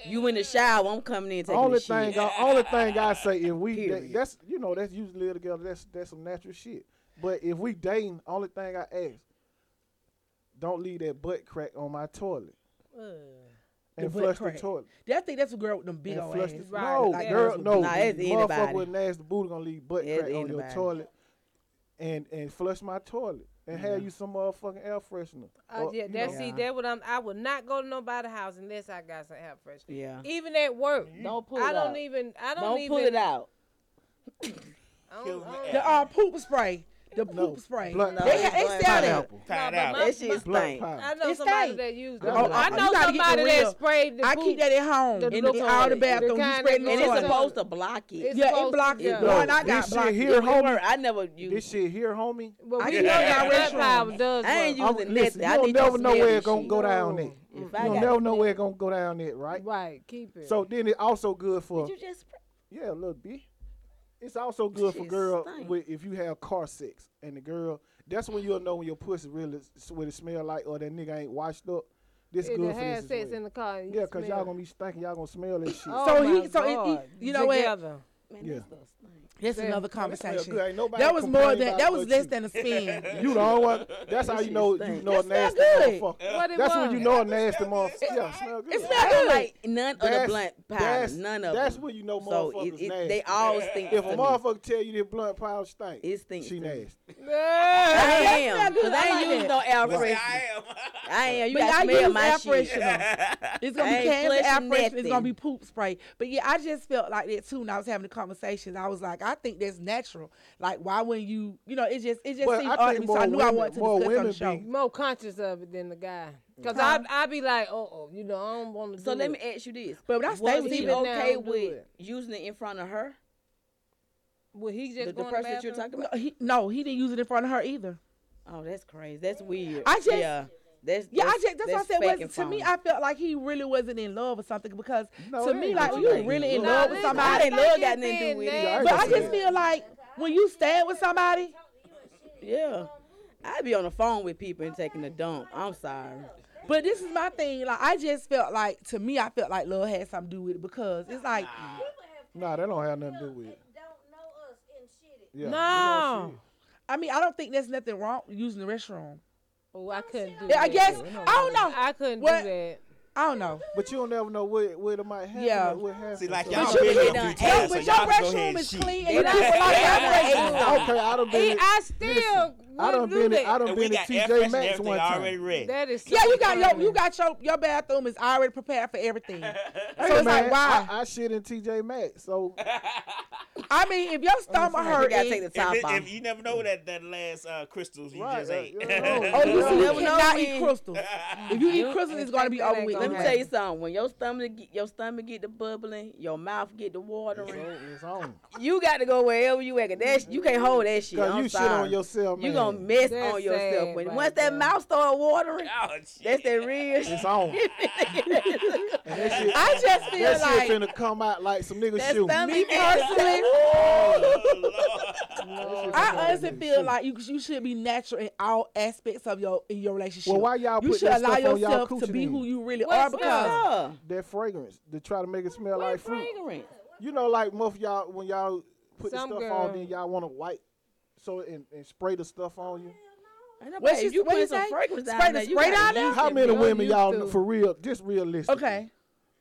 You in the shower, I'm coming in and taking only a shit. thing, I, only thing I say if we da- Period. that's you know that's usually live together. That's that's some natural shit. But if we dating, only thing I ask, don't leave that butt crack on my toilet and butt flush crack. the toilet. That thing that's a girl with them big and old flush ass. the, Right, No, like girl, girls with- no. Nah, it's motherfucker anybody. with nasty booty gonna leave butt It's crack on your anybody. toilet, and and flush my toilet and have you some motherfucking air freshener. Uh, Or, yeah, you that's know, see, that what I'm. I would not go to nobody's house unless I got some help fresh. Yeah. Even at work, Don't pull I it don't out. even. I don't, Don't even. pull it out. I don't- Kills I me. don't- Yeah. The uh, poop spray. The poop spray. blunt No, they it's they blunt sell that. pineapple. Tied No, but out. my- That shit Blunt stink. I pineapple. know It's somebody tight. that used. Oh, Oh, I you know gotta get the somebody real- that sprayed the. I poop. keep that at home. The in, little in all the toilet. bathrooms. The You kind spray it in that the And it's goes- toilet. supposed to block it. It's Yeah, it supposed to- blocked yeah. it. No, One I got this blocked. shit here, It homie. work. I never This use shit here, homie. Well, I we can know go that down blood restroom. power does I ain't work. I'm- using listen, nothing. I you don't need to never know smell where this it's gonna shit. go down at. You If I don't got never know where it's gonna go down at, right? Right, keep it. So then it's also good for you just spray- yeah, a little bit. It's also good for Shit girl stink. with, if you have car sex and the girl. That's when you'll know when your pussy really s- what it smell like or that nigga ain't washed up. This It good for had this sex as well. in the car. and you Yeah, cause smell y'all it. gonna be stinking. Y'all gonna smell that shit. Oh So my he- so it- it- God. you know what? Together. man, Yeah. this stuff stink. That's That- another That smell conversation. good. Ain't nobody That was more complain than about that it was but less you. than a spin. You the only one. That's how That you shit know you stink. know a That nasty smell good. motherfucker. What it That's when was. you know a nasty smell good. motherfucker. Yeah, It smell smell good. It smell I don't good. like none of the That's- blunt powder. that's- None of that's them. where you know So it, motherfuckers it, nasty. they all stink If to a me. motherfucker tell you that blunt pile stink, It stinks She to me. nasty. I Yeah. am. Because I ain't using no air Say, freshener. I I am. You But got I to smell use my air shit. freshener. am. It's gonna I be ain't cans of air flushing freshener. It's gonna nothing. be poop spray. But yeah, I just felt like that too when I was having the conversations. I was like, I think that's natural. Like, why wouldn't you? You know, it just it just But seems I odd to think me. So more I knew I women- wanted to more discuss on the women show. be- More conscious of it than the guy. Cause Huh? I I be like, oh, oh, you know, I don't want to. So do let it. me ask you this. But when I stayed Was with he you, Even now, okay do with it. using it in front of her? Well, he The, just the going to person that you're bathroom? talking no about? he, no, he didn't use it in front of her either. Oh, that's crazy. That's weird. I just- yeah. That's Yeah, that's, I just that's, that's what I fake said. and Was, to me, phony. I felt like he really wasn't in love or something because No, to it me, ain't like what when you you think really it in is. love Nah, with listen, somebody, I didn't think love got it's nothing to do being with it. nasty. I But I That's just it. feel like when you stand with somebody, yeah. I'd be on the phone with people and taking a dump. I'm sorry. But this is my thing. Like I just felt like to me, I felt like love had something to do with it because it's like Nah, that don't have nothing to do with it. Don't know us and shit it. Yeah. No. I mean I don't think there's nothing wrong with using the restroom. Oh, I couldn't do Yeah, that. I guess I don't know. I couldn't What? do that. I don't know. But you don't ever know what what it might happen. Yeah. or What happen. See, like so- y'all you been here a done few ate- times, so but y'all your can go ahead restroom and is cheat. clean. It ain't- And okay, I done been. Hey, I still I done wouldn't do been. that. I done And we been to got F TJ and Maxx everything one already time. ready. that is yeah, so you got your you funny. got your your bathroom is already prepared for everything. Hey, so it's man, uh, like why? I, I, I shit in TJ Maxx, so uh, mean, if your stomach hurt, gotta take the If, top it- off. if you never know that that last uh, crystals you Right, just uh, ate. yeah, no. oh, you, No, see, you you never know cannot when- eat crystals. If you eat crystals, it's gonna be That ain't over with. Let gonna me tell you something. When your stomach get, your stomach get the bubbling, your mouth get the watering. it's on. You got to go wherever you at. 'cause That's you can't hold that shit. Cause I'm you sorry. shit on yourself, man. You gonna mess That's on yourself sad when right once that there. mouth start watering. Oh, That's shit. that real. shit. It's on. and that shit, I just feel that like shit finna come out like some nigga That shoe. stomach. me personally, Oh, Lord. I honestly feel like you you should be natural in all aspects of your in your relationship. Well, why y'all you put should that allow stuff on y'all yourself to coochie be then? who you really are What's because up? Yeah. That fragrance to try to make it smell like fruit. Fragrance. You know, like most y'all when y'all put Some the stuff girl- on, then y'all want to wipe, so and, and spray the stuff on you. Ain't nobody- What she- if you what you put some say? fragrance Spray down the there. you spray gotta down there? use How it, many bro. women used y'all to. for real? Just realistic. okay,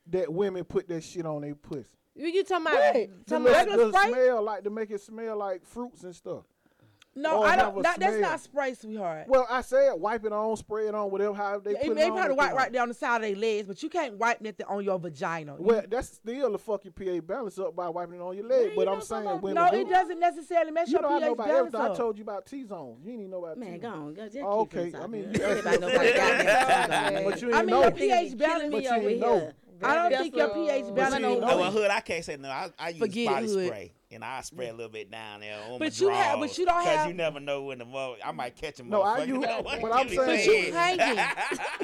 That women put that shit on their pussy. You, you talking about To talking make about Regular the spray? smell like to make it smell like fruits and stuff. no, Or I have a don't. That, that's smell. not spray, sweetheart. Well, I said wipe it on, spray it on, whatever. How they They put may it on. probably they wipe put it right on. there on the side of their legs, but you can't wipe nothing on your vagina. You- Well, that's still to fuck your pH balance up by wiping it on your leg. but I'm saying women no, do it doesn't necessarily mess You your know I know pH about balance everything. I up. told you about T zone. You didn't know about Man, T-zone. go on. Go, just keep Oh, okay. it I mean, good. Everybody know about you- that goddamn song. but you I ain't mean, know. your pH Killing balance. but me you over ain't know. here. I don't That's think your a- pH But you ain't balance. Oh, know. well, hood, I can't say no. I, I use Forget body it, hood. spray, and I spray a little bit down there on my But you have- but drawers, you don't have- you never know when the mother. I might catch him. No, I use- but I'm But saying- you hanging.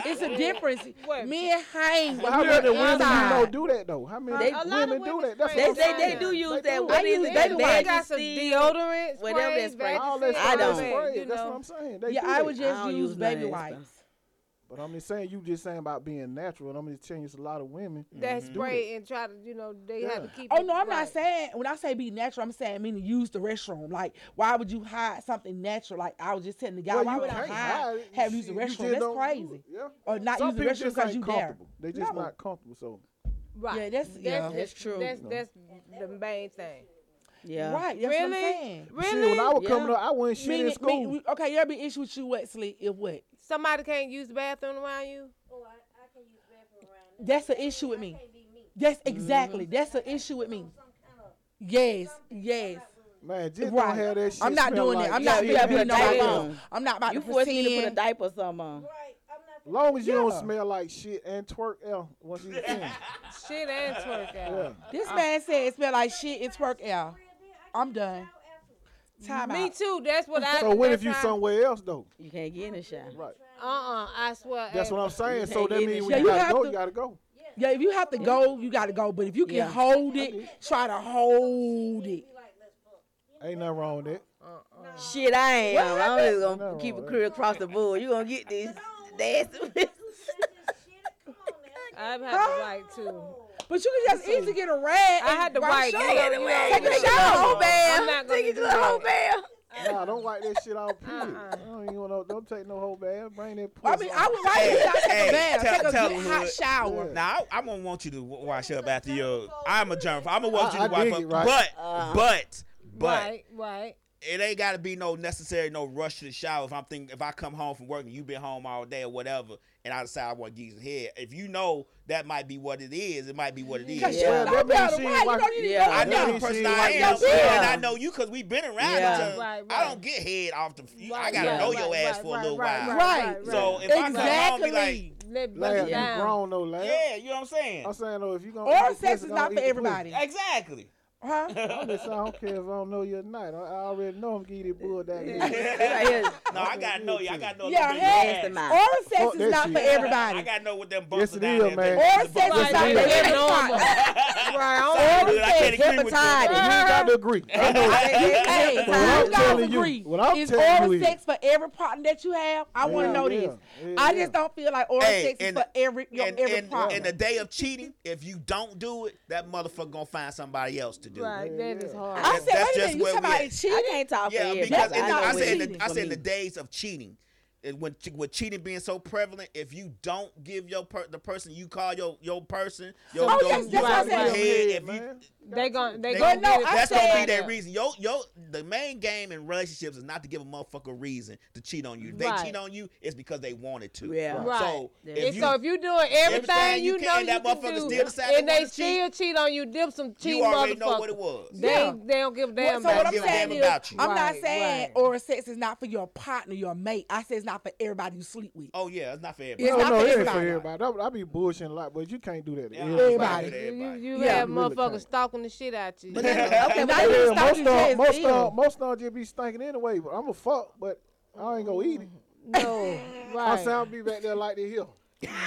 It's a difference. What? Men hang. But how when we're many women do you outside. know do that though? How many They- a lot of women do women that? That's spray They, what I'm they, saying. they do use They that. do. What I is use it? that That one. I bad got some deodorant, whatever sprays, that spray- All Vagisil that I stuff don't. is spray, sprayed. you That's know. what I'm saying. They Yeah, do I that. would I just don't use use none of baby that wipes. But I'm just saying, you just saying about being natural. And I'm just telling you, it's a lot of women. that Mm-hmm. do spray and try to, you know, they have to Yeah. keep. Oh it no, I'm right. not saying when I say be natural, I'm saying meaning use the restroom. Like, why would you hide something natural? Like I was just telling the guy, Well, why you would I can't hide, it. have You used the see, you restroom? just That's don't do crazy. it. Yeah. Or not Some use the people restroom just because ain't you there. comfortable. They just No. not comfortable. So Right. Yeah, that's- yeah. That's true. That's that's the main thing. Yeah. Right. That's what I'm Really? saying. shit, when I Really? was coming Yeah. up, I wasn't shit Meaning- in school. mean- okay, there'll be issue with you, Wesley, if what? Somebody can't use the bathroom around you. Oh, I, I can use bathroom around this. That's an issue with me. Can't be me. That's exactly. That's an issue with me. Some kind of Yes. Yes. Man, just Right. don't have that shit. I'm not smell doing like it. I'm not shit, you gotta yeah, man. put a beating diaper on on. myself. I'm not about You to forced me to put a pretend. diaper or something on. right. I'm not. Long as you Yeah. don't smell like shit and twerk L once you in. Shit and twerk out. This man said it smelled like shit. It twerk out. I'm done. Time Me out. too. That's what I. So what that's if you how- somewhere else though? You can't get in the shower. Right. Uh uh. I swear. That's eh, what I'm saying. You So can't that get in means the when shower. you Yeah, gotta you go, have you gotta go. Yeah, if you have to go, you gotta go. But if you can Yeah. hold it, try to hold it. Ain't nothing wrong with that. Shit, I ain't. I'm just gonna Nothing keep wrong it with clear across the board. You gonna get this nasty. I've had to wipe too. But you can just easily get a rag. I and had to wash wipe. up. you know, you know, Take a you know, shower. whole bath. I'm not gonna Take it do to the whole that. bath. Nah, don't like that shit out. Uh-uh. Period. I don't even want no. Don't take no whole bath. Bring that pussy. I mean, I would like to not take a Hey, bath, tell- take a tell good them hot what- shower. Now I, I'm gonna want you to w- wash up after your. I'm a germ. I'm gonna want I- you to I wipe dig up, it, right. but but but Uh-huh. Right. Right. it ain't gotta be no necessary no rush to the shower. If I'm thinking, if I come home from work and you've been home all day or whatever, and I decide I want to get some hair, if you know that might be what it is, it might be what it is. Cause Yeah. yeah. Well, you don't that be means able to she wipe. You ain't don't need to Yeah. go I know down. the Yeah. person Yeah. I am, Yeah. so- and I Yeah. know you because we've been around Yeah. each other. Right, I right. don't get head off the. I Right, gotta right, know your right, ass right, for a right, little right, while. Right. Right. So if I come home, be like, Exactly. Let Lab, let it you down. grown though, lab. yeah, you know what I'm saying? I'm saying though, if you gonna eat Oral the pussy, sex is don't eat not for the pussy. everybody. Exactly. Huh? I'm just saying, I don't care if I don't know you or not. I, I already know I'm giving you bulldog. This right here is- No, I gotta know you. I gotta know. a little Yeah, bit hey, of your ass. mouth. oral sex Fuck is that not shit. for I everybody. gotta know what them bumps Yes, it down is, there, man. Oral sex Yes, is it not for is. everybody. Sound Right good. I can't on. agree with you. You Hepatitis. ain't got to agree. I know that. Hey, What I'm you guys telling you- agree? what I'm is telling oral you is- sex for every partner that you have? I want to Yeah, know yeah, this. yeah, I yeah. just don't feel like oral Hey, sex is and- for every your And, every and, partner. and the day of cheating, if you don't do it, that motherfucker gonna find somebody else to do it. Right, that is hard. I said, wait a that's just minute, you where talking we about at. it I cheating? can't talk Yeah, for because everybody. in the, know I what said in cheating the, I for said in the me. days of cheating, and when che- with cheating being so prevalent, if you don't give your per, the person you call your your person, your, Oh, your, yes, that's your what I said. head, if you, Man. They gon' they They- gon' But no, get it I back. that's gonna be said- their reason. Yo, yo, the main game in relationships is not to give a motherfucker a reason to cheat on you. If they Right. cheat on you, it's because they wanted to. Yeah. Right. So Yeah. if And you, so if you doing everything, everything you you can, know and that you motherfucker can do, still decide they and they wanna cheat, still cheat on you, them some cheating you already motherfuckers. know what it was. They Yeah. they don't give a What- damn so what about I'm it. give a damn saying is, about you. I'm not Right, saying right. oral sex is not for your partner, your mate. I said it's not for everybody you sleep with. Oh yeah, it's not for everybody. It's No, not no, for it ain't for everybody. everybody. I, I be bullshitting a lot, but you can't do that. to Yeah, everybody. everybody. You, you Yeah. have You really motherfuckers can't. stalking the shit out you. But that's- okay, Now but you that's- Yeah, just thought most of you said them, most of ill. them, most of them just be stinking anyway. But I'm a fuck, but I ain't gonna eat it. no, I right? sound be back there like they here.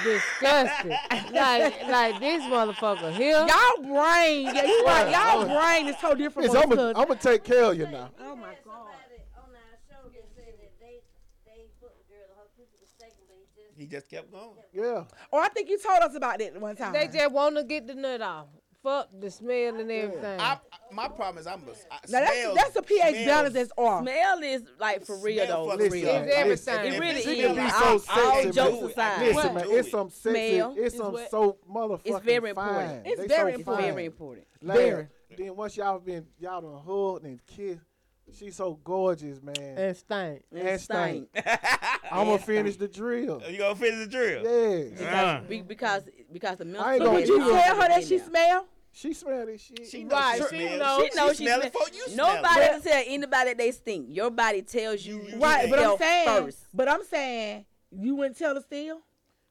Disgusting. like like this motherfucker here. Y'all brain, yeah, you right. Y'all brain is so different. I'm from gonna us. take care of you now. Oh my god. Somebody on our show that said that they they put the girl, her pussy was taken, but he just He just kept going. Yeah, Or Oh, I think you told us about that one time. They just want to get the nut off. Fuck the smell and everything. I, I- my problem is I'm a I, now smells- that's that's a pH smells- balance that's off. Smell is like for real smell though. fucks For me real. up. It's everything. If It really She is. can be All- so all sexy. jokes man. aside. Listen, What? man, it's some sexy. Smell It's is some what- so motherfucking It's very important. fine. It's They very so important. fine. Very important. Like, Very. Then once y'all been y'all done hugged and kissed, she's so gorgeous, man. and stink. And Instinct. I'm gonna finish the drill. You gonna finish the drill? Yeah, Uh. Be- because because the I ain't So menstrual gonna would is you Yeah. tell her that she female. smell? she smell this shit. She knows Right, she, she smells. knows. She knows she she smell it smell- before you smell it. Nobody can tell anybody that they stink. Your body tells you, You- Right, but I'm yourself saying, first. but I'm saying you wouldn't tell her still.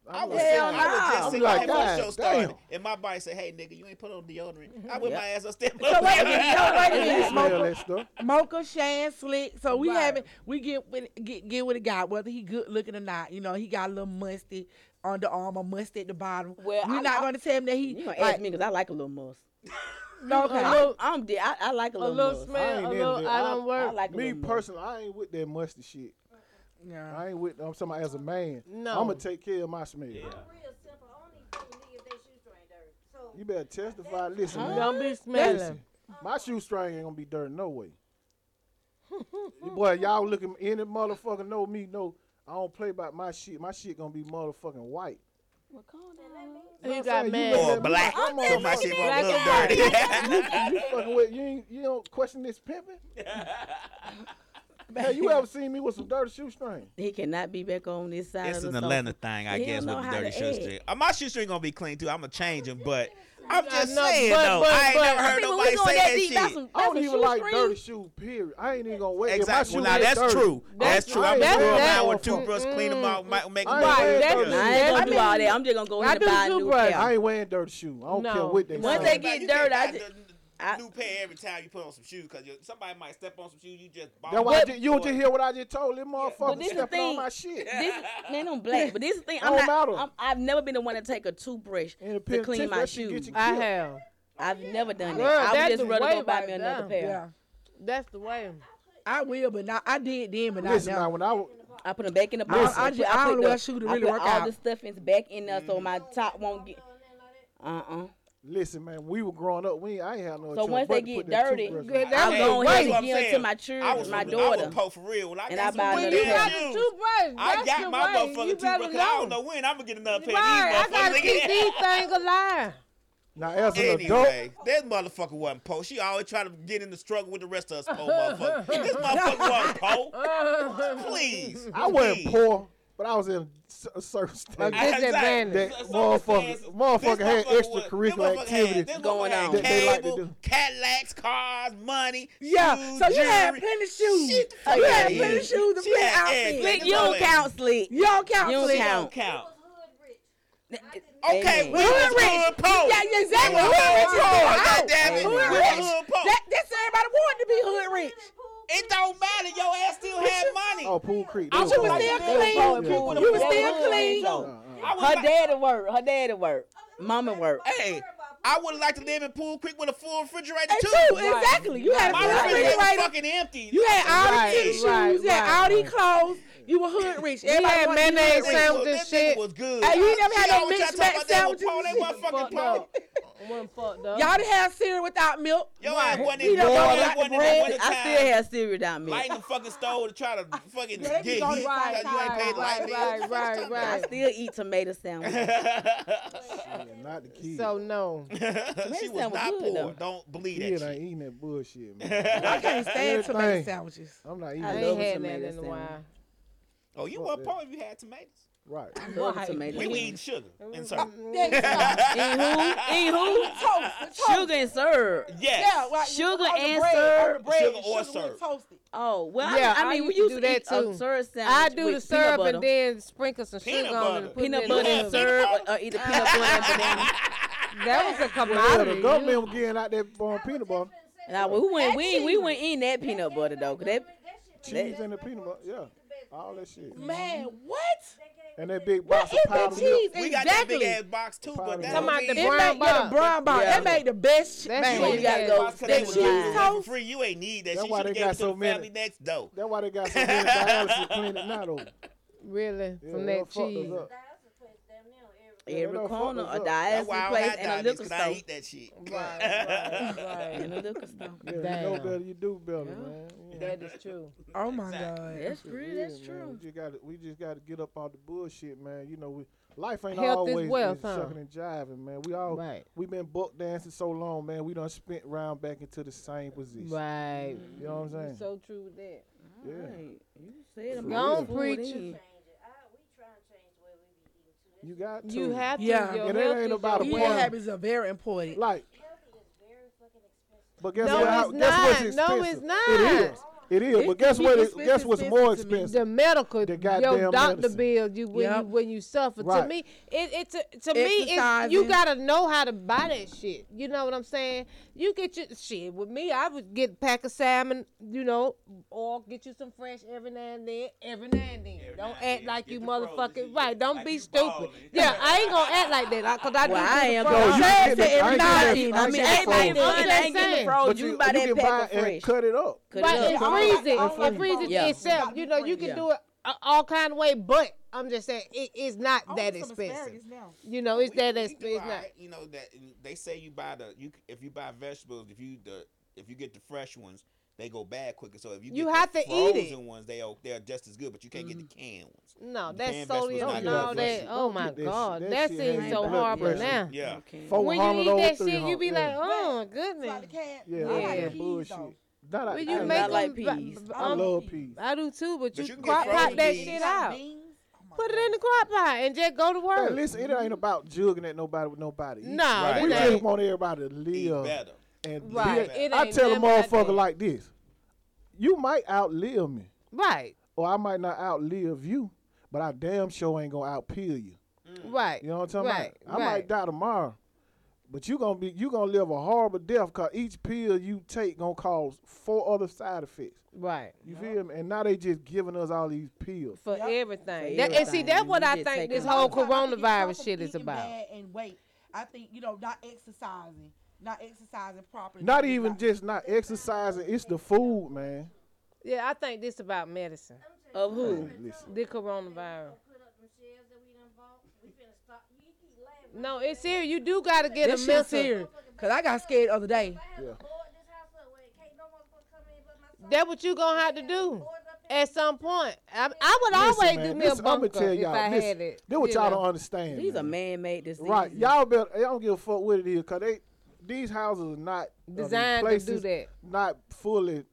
I was, Hell I was no. I'm just sitting like, like, my God show started, damn. and my body said, "Hey, nigga, you ain't put on deodorant." I whipped Yep. my ass upstairs. So wait a minute, no, wait a minute, smell Mocha, that stuff. Mocha, Shan, Slick. So we Right. haven't, we get with get get with a guy, whether he good looking or not. You know, he got a little musty underarm or musty at the bottom. Well, we're I- not I- going to tell him that he You gonna like, ask me because I like a little musk. no, okay. I'm, I'm di- I, I like a A little, little musk. I smell, ain't a into little. it. I I- don't I work. like a Me little musk. personally, I ain't with that musty shit. Yeah. I ain't with. I'm talking about as a man. No. I'm gonna take care of my smell. real simple. I only fuck with niggas they shoe drain dirty. So You better testify. Listen, man. Don't be smelling. Listen, my shoestring ain't gonna be dirty no way. You Boy, y'all looking any motherfucker know me? No, I don't play about my shit. My shit gonna be motherfucking white. He You know what I'm got saying? mad. You Or look at me black. like, I'm So my motherfucking- shit gonna Black look and white. dirty. You fucking with you? Ain't, you don't question this pimping? Have you ever seen me with some dirty shoestring? He cannot be back on this side It's of the an sofa. Atlanta thing, I He guess, don't with know the how dirty to shoestring. egg. Uh, my shoestring gonna be clean too. I'ma change them, but I'm I just know, saying but- though, but- I ain't but- never I heard mean, when we nobody going say that that deep, shit. that's some- I don't that's a even like shoestring. dirty shoes. Period. I ain't even gonna wait. Exactly. If Well, my shoe now ain't that's dirty, true. That's, That's- true. I'm that's- gonna go around that's- with a toothbrush, clean them out, might make them I ain't dirty. wearing that's- dirty. shoes. I ain't gonna I do mean, all that. I'm just gonna go I ahead do and buy a new toothbrush. pair. I ain't wearing dirty shoes. I don't No. care what they Once say. they get You dirty, can't I buy I- the new pair every time you put on some shoes because somebody might step on some shoes. You just bought. That's why I But- ju- you don't just hear what I just told them But motherfuckers this the stepping on thing. uh, my shit. This man, I'm black, but this is the thing. I'm Don't not. matter. I'm, I've never been the one to take a toothbrush And a to pen- clean take my that shit, get shoes. your I Yeah. have. I've never done Girl, that. I that's would just the rather way go buy right me another there. pair. yeah. That's the way. I will, but not. I did then, but not Listen, now. now when I w- I put them back in the I- box. I ju- I put don't the- wear shoe to I really put work all out. the stuffings back in there so my top won't get. Uh uh listen, man, we were growing up. We ain't- I ain't had no. So choice once but they to get put that dirty, toothbrush Good, on. that- I'm Hey, going that's ahead and what I'm give it to saying. my I was children, my I was daughter. poke for real. When I And got I some buy good another You got Yeah. ass the shoes, toothbrush. I That's got the my way. motherfucking You better toothbrush. I don't know know. when I'm gonna get another pair Right, I of these gotta keep motherfuckers. these things alive. Now as an adult, Anyway, that motherfucker wasn't po. She always try to get in the struggle with the rest of us po motherfuckers. This motherfucker wasn't po. Please. I wasn't please. poor, but I was in s- a certain stage. I- Disadvantage. That so- so motherfucker- this motherfucker had motherfucker extracurricular was- this motherfucker activities had- this going motherfucker on. That had they like to Cable, do. Cadillacs, cars, money. Yeah, shoes, so you had jewelry. plenty of shoes. Shit, the fuck you outta had here. plenty of shoes and She plenty had of outfits. everything. Slick, you don't count, Slick. You don't count, You don't Slick. count. Count. hood rich. Okay, Amen. we was hood poor. Yeah, yeah, exactly. We was Hood hood rich is poor. the God out. damn it. Hood We was rich. hood poor. That, that's everybody wanted to be hood rich. It don't matter. Your ass still had money. Oh, Pool Creek. I They was was You was poor. still Like, They was Uh, poor clean. people with in You the was hood. still hood clean. rich, though. I would Her like- daddy work. Her daddy work. Mama work. Hey, I would like to live in Pool Creek with a full refrigerator And too. too, exactly. You had a My full refrigerator was refrigerator. fucking empty. You had all Right, the these shoes. right, you had right, all these clothes. You were hood rich. Everybody had wanted to be mayonnaise hood rich. sandwich. Look, sandwiches, that nigga shit. was good. Hey, you ain't never She had no always try mixed to talk bag about that with sandwiches. Paul. They weren't fucking Fucked Paul. up. One fucked up. Y'all didn't have cereal without milk. Yo, I wasn't We in done boy, bought I like wasn't in the I winter still time. had cereal down me. Lighting the fucking stove to try to fucking Yeah, they get be heat. on the right Cause you ain't paid light Right, right, right, I right. still eat tomato sandwich. bill. uh, Yeah, not the kids. So no. She Tomato was was not good, poor. though. Don't believe that Kid shit. ain't eating that bullshit, man. I can't stand tomato Everything. sandwiches. I'm not eating I I that. love ain't had tomato that in a sandwich. while. Oh, you Fuck were that. poor if you had tomatoes. Right. I love Right. tomato We were sandwich. eating sugar and syrup. Eat who? Sugar and syrup. Yes. right, Sugar on the and bread, on the syrup. bread, Sugar or sugar was syrup. toasted. Oh well, Yeah, I, I I mean we used used to to do eat that too. a syrup sandwich. I do the with peanut syrup butter. and then sprinkle some Peanut sugar on it butter. and put it in peanut the butter Yeah, and oven. peanut syrup, butter. or, or either peanut butter and banana. That was a Yeah, the commodity. government was getting out that um, peanut butter. Nah, we went, we ain't- we went eating that peanut butter though. 'cause that, Cheese and the peanut butter. Yeah. All that shit. Man, what? And that big What box is of powdered the milk. cheese? We got that exactly. big ass box too, but Probably that Talking about don't the it mean- made, yeah, brown the brown box. Yeah. That made the best. That man. shit well, you gotta go Box 'cause they that was cheese giving it for toast. free. You ain't need that. That's She why should they have gave it got to the so many. family next door. That's why they got so many dialysis clinics now, though. Really? Yeah, From they that fucked us cheese. up. Yeah, every no, fuck corner, us a up. That's dialysis why I don't place have and a diabetes liquor 'cause I store. ain't that shit. Right, right, And a liquor store. Yeah, you know Damn. better, you do better, man. Yeah. That is true. Oh my Exactly. god. That's real. That's Yeah, man, true. We just got to we just got to get up off the bullshit, man. You know, we, life ain't Health is always wealth, been huh? shucking and jiving, man. We all Right. we been buck dancing so long, man. We done spent round back into the same position. Right. You know what I'm saying? So true with that. yeah. Right. You said I'm Go gonna on, fool preach it it. in. You got to. You have to. Yeah. Your And it health ain't is about your a Eating point. wealth. habits are very important. like. But guess No, what? it's how- guess what's expensive? not. No, it's It not. is. It is. It but guess could what? be It, guess expensive, what's more expensive to me. expensive? The medical, The your goddamn doctor medicine. bills you when Yep. you when you suffer. To Right. me, it it to, to me it's you Exercising. gotta know how to buy that shit. You know what I'm saying? You get your shit with me. I would get a pack of salmon, you know, or get you some fresh every now and then. Every now and then, Every now don't and act then. like Get you the frozen motherfucking shit. right. Don't Like be you stupid. balling. Yeah, I ain't gonna act like that I- cause I do. Well, do I the am. frozen. Yo, Yo, you I get ain't the- I every ain't now getting and that- then. I I ain't getting mean, frozen. everybody ain't That's frozen. I ain't what I'm getting saying. frozen. But You, you, can buy you that can pack buy of it and fresh. cut it up. Cut it But up. it Sometimes freezes it's it. freezing. freezes Yeah. itself. You know, you can do it a- all kind of way, but I'm just saying it is not Oh, that expensive. You know, it's We- that we expensive. do It's not. alright, You know that they say you buy the you c- if you buy vegetables if you the if you get the fresh ones they go bad quicker. So if you You get have the to eat it. frozen ones they o- they're just as good, but you can't get the canned ones. No, The that's canned vegetables sodium not and good all for that. you. Oh Look my at that God, shit. that That shit seems ain't so blood horrible pressure. now. Yeah, Four When hundred you eat over that shit, 300. you be like, Yeah. oh Like goodness. the cat. Yeah, I all like Yeah. that peas, bullshit. though. Not When I, you I make not like them- peas. b- b- I um, love peas. I do too, but you you can get crock pot frozen that peas. shit out. Oh my Put it God. in the crock pot and just go to Hey, work. listen, it ain't about jugging at nobody with nobody. eats. No, Right. we it just ain't. want everybody to eat live better. and Right. live. It I ain't tell a nothing about that. motherfucker like this: you might outlive me, Right, or I might not outlive you, but I damn sure ain't gonna outpill you. right. You know what I'm talking right, about? I right. might die tomorrow, but you gonna be you gonna live a horrible death because each pill you take gonna cause four other side effects. Right. You feel me? And now they just giving us all these pills. for Yep. everything. For That, and see, everything. that's what You I get think taken this out. whole whole coronavirus shit is about. Bad and weight. I think you know, not exercising, not exercising properly. Not even just not exercising. It's the food, man. Yeah, I think this about medicine. Of who? Listen, The coronavirus. Put up them shelves that we done bought. We finna stop. You keep laughing. No, it's serious. You do gotta get That a shit's mental. serious. Cause I got scared the other day. I have Yeah. to board this house up where it can't no motherfucker come in but myself. That's what you gonna have to do Board up in at some point. I, I would listen, always man, do me a listen, I'ma bunker tell if y'all, I listen, had it. This what you y'all know. don't understand. These are man. man-made diseases. Right. Y'all better I don't give a fuck what it is, cause they these houses are not I mean, Designed to do places that. Not fully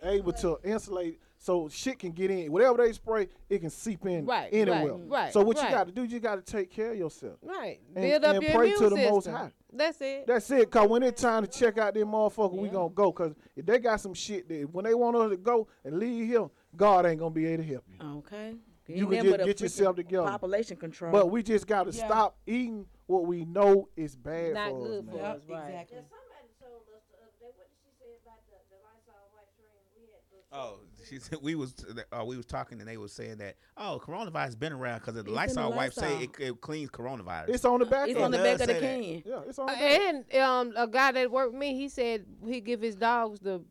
able to insulate so shit can get in. Whatever they spray, it can seep in Right, anywhere. right, right, So what right. you gotta do, you gotta take care of yourself. Right. and- Build up and your pray immune to the system. Most High. That's it. That's it, cause when it's time to check out them motherfucker, we gonna go. Cause if they got some shit that when they want us to go and leave here, God ain't gonna be able to help you. Okay. you can just get yourself together. Population control. But we just got to Yeah. stop eating what we know is bad Not for good us. for man. us. Yep, Right. exactly. Now, somebody told us the other day, what did she say about the, the Lysol white train? We had the Oh, she said we was uh, we was talking and they was saying that oh coronavirus been around because the Lysol wipes say it, Lysol. it cleans coronavirus. It's on the back. It's end. on the It back does of the say that. can. Yeah, it's on the back. And um, a guy that worked with me, he said he give his dogs the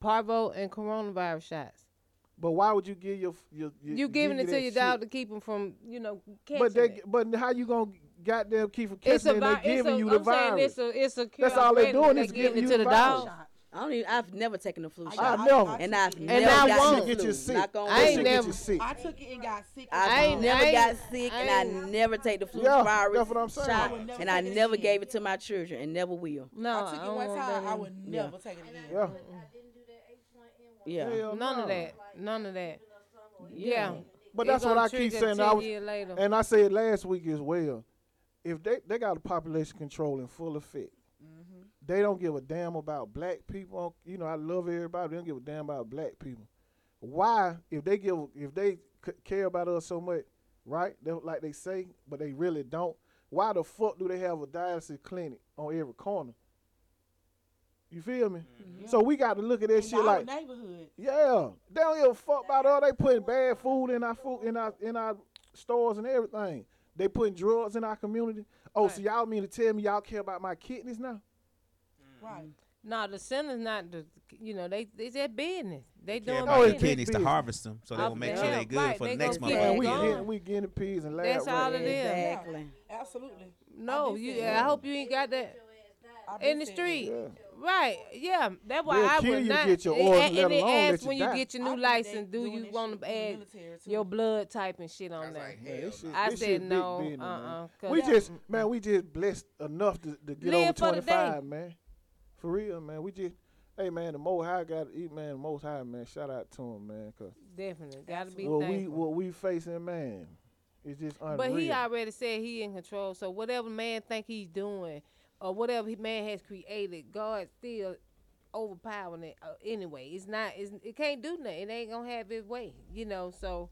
parvo and coronavirus shots. But why would you give your your, your You giving it give to that your shit? dog to keep him from, you know, catching But they, it. but how you gonna goddamn keep from catching It's a it? and virus. They giving you the I'm saying virus. it's a it's a cure. That's all they already. doing They is giving giving it you to the the dog. virus. I don't even, I've never taken a flu I shot. know. And I've took it. never I gotten won't. the Get you flu. sick. Knock on That I ain't shit wood. get you never- sick. I took it and got sick. I I've ain't- never I got ain't- sick, I and I ain't- never take the flu Yeah, virus that's what I'm saying. shot, I would never and I take it never again. gave it to my children, and never will. No, I took it don't one want time. that I in. would never take it again. Yeah. I didn't do that H one N one. Yeah. Hell None no. of that. None of that. Yeah. Yeah. But It that's what gonna I keep trigger saying. 10 I was, year later. and I said last week as well. If they they got a population control in full effect, they don't give a damn about black people. You know, I love everybody. They don't give a damn about black people. Why, if they give, if they c- care about us so much, right? They, like they say, but they really don't. Why the fuck do they have a dialysis clinic on every corner? You feel me? So we got to look at that In shit our like neighborhood. yeah, they don't give a fuck about all. They putting bad food in our food in our in our stores and everything. They putting drugs in our community. Oh, so y'all mean to tell me y'all care about my kidneys now? Right. No, the center's not the. You know, they it's their business. They Care doing about their it. business. kidneys to harvest them so they Up will make there. sure they're good Right, for the they next gonna keep Man, month. we gone. guinea, we guinea pigs and lab That's all rats. it is. Exactly. Absolutely. No, you. I hope you ain't got that I've been in the saying street. Yeah. Right, yeah, that's why They'll I kill would you to not. get your and- organ, and, let and it alone asks let you when die. you get your I new think they license, do doing you that want shit for to the add military, too. your blood type and shit on there? Man, this shit- I this said shit big no, business, man. uh-uh, we 'cause- just man, we just blessed enough to, to get Live over for twenty the day. five, man. For real, man. We just hey man, the most high got to eat, man. The most high, man. Shout out to him, man. Cause Definitely, gotta be what we thankful. what we facing, man, is just unreal. But he already said he in control. So whatever man think he's doing, or whatever he- man has created, God still overpowering it uh, anyway. It's not. It's, it can't do nothing. It ain't gonna have its way. You know. So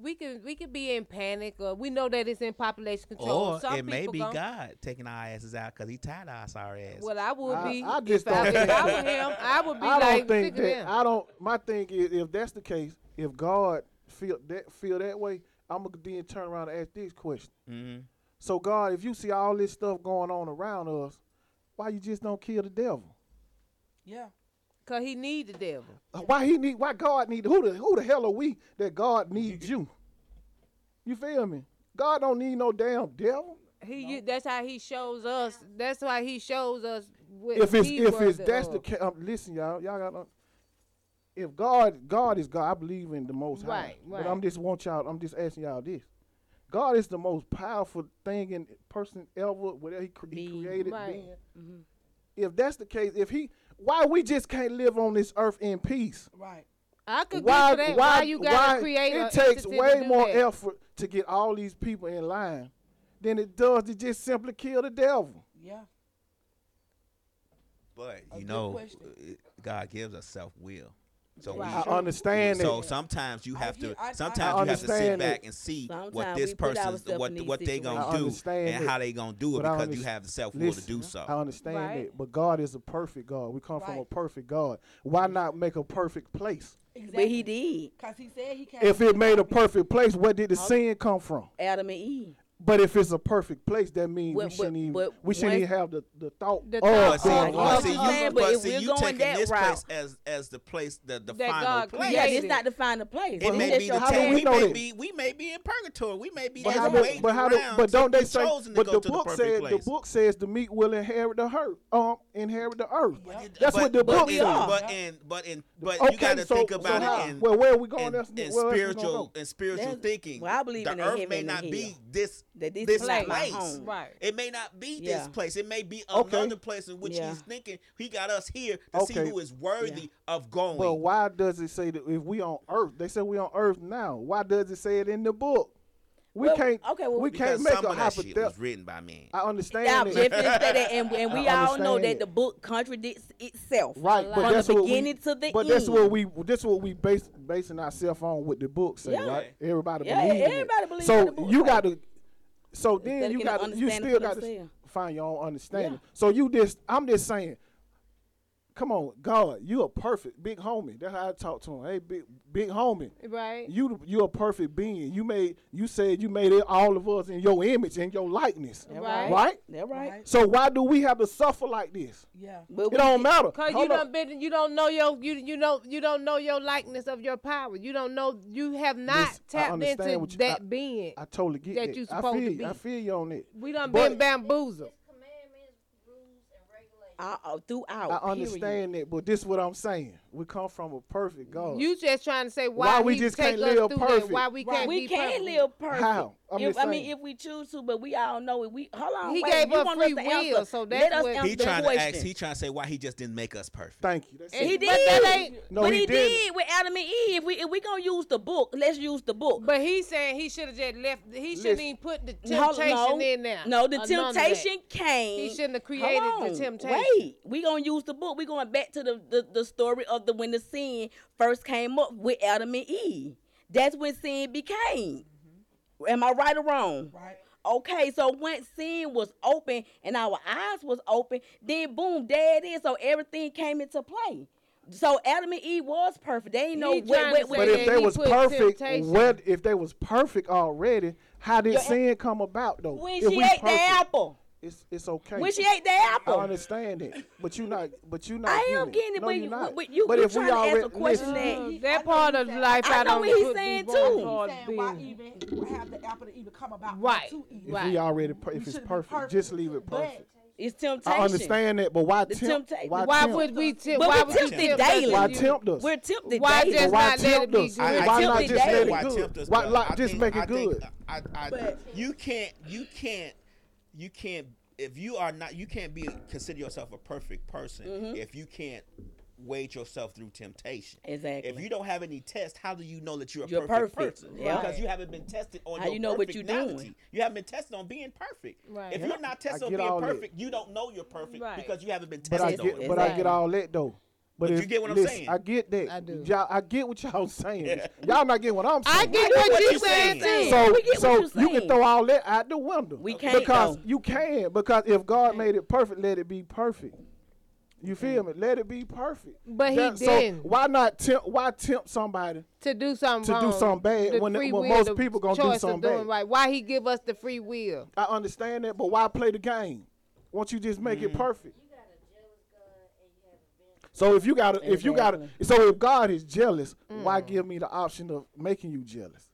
we can we can be in panic, or we know that it's in population control. Or Some it may people be gon- God taking our asses out because he tired of our sorry ass. Well, I would I- be. I just if, I, don't if I think- were him, I would be I don't like, think "Look at that. them." I don't. My thing is, if that's the case, if God feel that feel that way, I'm gonna then turn around and ask this question. Mhm. So God, if you see all this stuff going on around us, why you just don't kill the devil? Yeah. Cause he need the devil. Uh, Why he need? Why God need? Who the who the hell are we that God needs you? You feel me? God don't need no damn devil. He u- that's how he shows us. That's why he shows us. What if it's he if it's worthy that's the of. case, um, listen, y'all, y'all got. to if God, God is God, I believe in the Most High. Right, right. But I'm just want y'all. I'm just asking y'all this. God is the most powerful thing in person ever. Whatever He, cre- he Being. created, Right. Mm-hmm. being. If that's the case, if He, why we just can't live on this earth in peace? Right. I could Why? get for that. why? Why, you gotta why create? a It takes entity to way do more that? effort to get all these people in line than it does to just simply kill the devil. Yeah. But A you good know, question. uh, God gives us self will. So we I understand so that. sometimes you I have hear- to I- I- sometimes I you have to sit understand that. back and see what Sometimes this we put person's ourselves what in these what they situations. I gonna do understand and that. how they gonna do it But I because you underst- have the self will to Listen, do I so. understand Right. that, but God is a perfect God. We come from a Right. perfect God. Why not make a perfect place? Exactly. But he did. Cause he said he can't. If it made a perfect place, where did the sin come from? Adam and Eve. But if it's a perfect place, that means But- we but- shouldn't even but we shouldn't once- even have the, the thought. The of thought But see, going I get but wrong. what see, you're saying, you, but but if see, we're you going taking that this route- place as as the place the, the That final God place. Yeah, Created. it's not to find a place. It It's may just be your the how do time. choice. we We know may that? be we may be in purgatory. We may be But just how do, waiting but how do, around but to don't be they say? chosen to But go the to the book perfect said place. the book says the meat will inherit the earth. Um, inherit the earth. Yep. That's But- what the but book in- we are. says. But in but in but okay, you got to so, think so how? about it in well, where are we going? and, else, and where else we gonna spiritual go? and spiritual That's- thinking. well, I believe the in the earth heaven may and the not be hell. this That this this is not my place. home. Right. It may not be this Yeah. place. It may be Okay. another place in which Yeah. he's thinking he got us here to see Okay. who is worthy of going. But why does it say that if we on earth? They say we on earth now. Why does it say it in the book? we Well, can't. okay, well, we Because can't make some a of that shit was hypothetical. written by men. I understand Yeah, it. Jeff didn't say that, and, and we I all know that understand the it. book contradicts itself. Right, from but that's the what we, beginning to the But end. that's what we that's what we base basing ourselves on with the book say, Yeah. right? Everybody Yeah, believes. everybody believes So what the book you say. got to so Instead of then you getting an got to you understanding still for got to themselves. find your own understanding. So you just I'm just saying Come on, God, you a perfect big homie. That's how I talk to him. Hey, big big homie. Right. You you a perfect being. You made you said you made it all of us in your image and your likeness. Right. Right? That right. So why do we have to suffer like this? Yeah. But It don't matter. Cause Hold you up. don't been, you don't know your you you know you don't know your likeness of your power. You don't know you have not Listen, I tapped understand into what you- that I- being. I totally get that that. you I supposed feel to you. I be. feel you on it. we done but- been bamboozled. Commandments, rules, and regulations. Uh, uh, Oh, throughout. I Period. understand that, but this what I'm saying. We come from a perfect God. You just trying to say Why why, we he just take can't us live through that, perfect. Why we can't we be can perfect. live perfect. How? I'm If- just I mean, saying. if we choose to, but we all know it. We hold on. He wait, gave you us want free to answer. will, so that's Let us what- answer He that trying to question. ask. He trying to say why he just didn't make us perfect. Thank you. That's And- it. He But did. that ain't- No, but he he didn't. did with Adam and Eve. If we if we gonna use the book, let's use the book. But he's saying he should have just left. He shouldn't Listen. even put the No, temptation no, in there. No, the or none of that. temptation came. He shouldn't have created Hold the on, temptation. Wait, we gonna use the book. We going back to the, the the story of the when the sin first came up with Adam and Eve. That's when sin became. Mm-hmm. Am I right or wrong? Right. Okay, so once sin was open and our eyes was open, then boom, there it is. So everything came into play. So Adam and Eve was perfect. They ain't know He what, trying what, to what but say if that they he was put perfect, temptation. what if they was perfect already? How did Your- sin come about though? when if she we ate the perfect, apple. it's it's okay. When she ate the apple. I understand it, but you not. But you not. Oh. I am getting it, no, but you you- not. but you- but you if we trying to ask already a question listen, that- Uh, that part of life I I know don't what he's put saying, these boys too. hard saying why being. even have the apple to even come about Right. to eat. if Right. we already per- We if it's shouldn't be perfect, just leave it but perfect. It's temptation. I understand that, but why The tempt? temptation. Why, Why tempt? would we tempt? But why we're would you tempted tempt daily. Why us? You- tempt us? We're tempted Why daily. just Why not let it tempt be us? good? I- I Why think not that's just why let it I good? tempt us, Why but not I just think- make it I think, good? uh, I, I, you can't, you can't, you can't. If you are not, you can't be consider yourself a perfect person Mm-hmm. if you can't wade yourself through temptation. Exactly. If you don't have any test, how do you know that you're a You're perfect, perfect. person? Yeah. Because you haven't been tested on How your you know what you perfectnality. doing? You haven't been tested on being perfect. Right. If Yeah. you're not tested I on get being all that. perfect, you don't know you're perfect Right. because you haven't been But tested I That's on get, it. it. but I Exactly. get all that though. But, But if, you get what I'm listen, saying? I get that. I do. Y'all, I get what y'all saying. Y'all not getting what I'm saying. I get what what you you saying saying. too. So, We get so what you're you can saying. throw all that out the window. We can't, because though. you can because if God made it perfect, let it be perfect. You feel Mm. me? Let it be perfect. But he So didn't. why not tempt? Why tempt somebody? to do something to do wrong, something bad the when it- free when will, most the people gonna do choice of something doing bad. Right. Why he give us the free will? I understand that, but why play the game? Won't you just Mm. make it perfect? You got a jealous God and you have a vengeful So if you got, to if you got, to Exactly. Mm. so if God is jealous, why give me the option of making you jealous?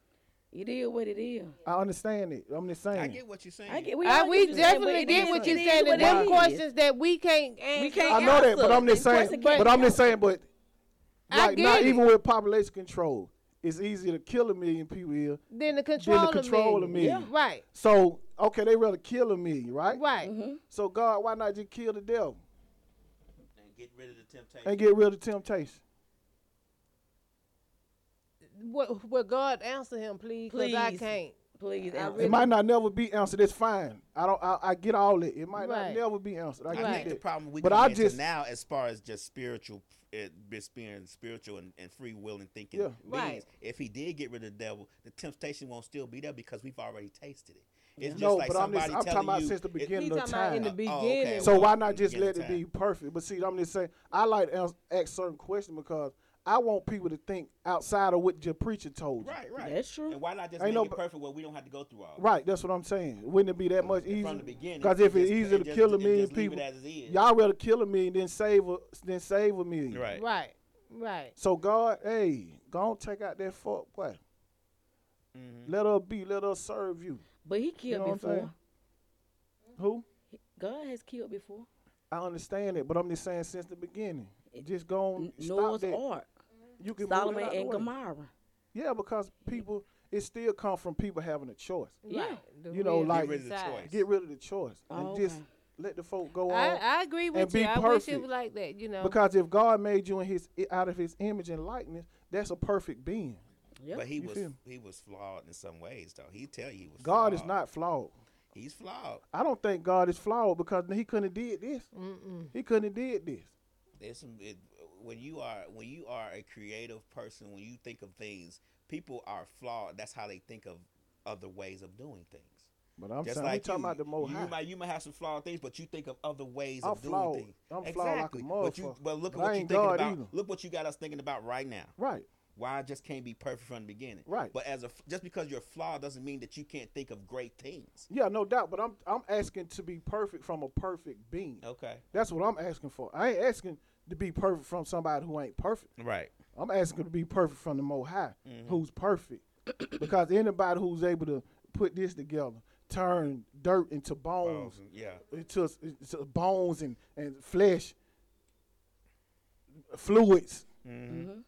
It is what it is. I understand it. I'm just saying. I get what you're saying. I get. We, Uh, all we get what you're saying, but definitely it get is what you're it is saying. And what it them is. questions that we can't answer. We can't I know that, but I'm just Answer. saying. This person But, can't I'm just saying. But I like, get not it. even with population control, it's easier to kill a million people here. Then the control, control of of me. me. Yeah. Right. So okay, they rather kill a million, right? Right. So God, why not just kill the devil And get rid of the temptation. and get rid of temptation? Will, will God answer him, please? Because I Please. can't. Please, I answer. really- It might not never be answered. It's fine. I don't. I, I get all it. It might not Right. never be answered. I, I get Right. think the that. problem we But but I I just- now as far as just spiritual, uh, being spiritual and, and free will and thinking Yeah. beings. Right. If he did get rid of the devil, the temptation won't still be there because we've already tasted it. It's just No, like but I'm somebody just. I'm talking telling about you since the it- beginning He of talking about time. in the Oh, beginning. okay, So well, why in not the just beginning let it of be time. perfect? But see, I'm just saying I like to ask, ask certain questions because I want people to think outside of what your preacher told you. Right, right. That's true. And why not just Ain't make no it bu- perfect where we don't have to go through all? that? Right, that's what I'm saying. Wouldn't it be that much easier? the beginning, Because if it's just- easier to just- kill a just million leave it people, as it is. y'all rather kill a million than save a than save a million. Right. Right. Right. So God, hey, go on take out that fuck boy. Mm-hmm. Let her be. Let her serve you. but he You know killed what I'm saying? before. Who? God has killed before. I understand it, but I'm just saying since the beginning, just go on. Stop Noah's that. Ark, You can move it Solomon out the and way. Gomorrah. Yeah, because people, it still comes from people having a choice. Yeah. The You know, will like- Get rid of the inside. choice. Get rid of the choice and Oh, just okay. let the folk go on. I, I agree and with be you. I wish perfect. it was like that. You know. because if God made you in His out of His image and likeness, that's a perfect being. Yep. But he You was feel me? he was flawed in some ways though. He tell you he was. God flawed. is not flawed. He's flawed. I don't think God is flawed because he couldn't have did this. He couldn't have did this. There's some it, when you are when you are a creative person when you think of things people are flawed. That's how they think of other ways of doing things. But I'm Just saying, we like talking you, about the Most you High. might you might have some flawed things, but you think of other ways I'm of doing flawed. things. I'm flawed like a exactly. But you motherfucker. but look But I at what you ain't thinking God about. either. Look what you got us thinking about right now. Right. Why I just can't be perfect from the beginning. Right. But as a just because you're flawed doesn't mean that you can't think of great things. Yeah, no doubt. But I'm I'm asking to be perfect from a perfect being. Okay. That's what I'm asking for. I ain't asking to be perfect from somebody who ain't perfect. Right. I'm asking to be perfect from the Most High, Mm-hmm. who's perfect. because anybody who's able to put this together, turn dirt into bones, Yeah. into, into bones and, and flesh, fluids. Mm-hmm.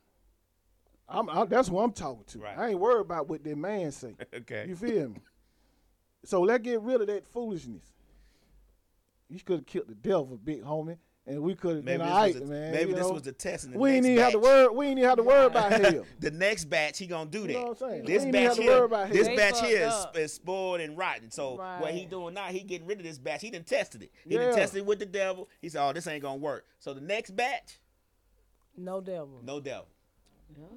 I'm, I, that's what I'm talking to. Mm-hmm. Right. I ain't worried about what that man say. Okay. You feel me? So let's get rid of that foolishness. You could have killed the devil, big homie, and we could have Maybe been this, all right, was, a, man. maybe you this know? was the test. And the we ain't next even have to batch- worry. We ain't even have to worry about hell. the next batch, he gonna do that. know what I'm saying? This We ain't batch have to worry here, about this him. batch They here is, fucked is spoiled and rotten. So what he Right. doing now? He getting rid of this batch. He done tested it. He Yeah. done tested it with the devil. He said, "Oh, this ain't gonna work." So the next batch, No devil. no devil.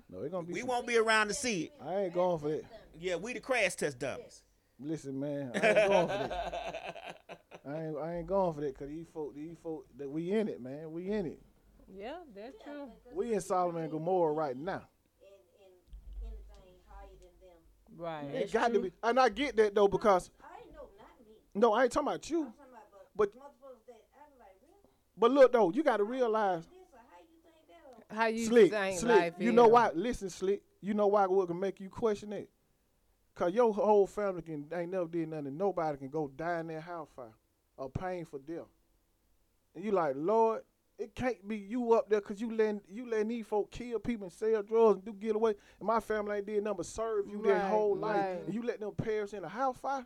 No, it's gonna be. We some- won't be around to see it. I ain't going for that. Yeah, we the crash test dummies. Listen, man, I ain't going for that. I ain't, I ain't going for that because these folk, these folk, that we in it, man. We in it. Yeah, that's true. We in Solomon and Gomorrah right now. in, in anything higher than them. Right. It got to be, and I get that though because I know, not me. no, I ain't talking about you. I'm talking about but, But- motherfuckers that I'm like, really? But look though, you got to realize This or how you think that'll How you Slick, think slick. life You is. know why? Listen, slick. You know why what can make you question it? Cause your whole family can ain't never did nothing. Nobody can go die in their house fire or painful death. And you like, Lord, it can't be you up there cause you letting you letting these folk kill people and sell drugs and do getaway. And my family ain't did nothing but serve you their Right, whole life. right. And you let them perish in a house fire.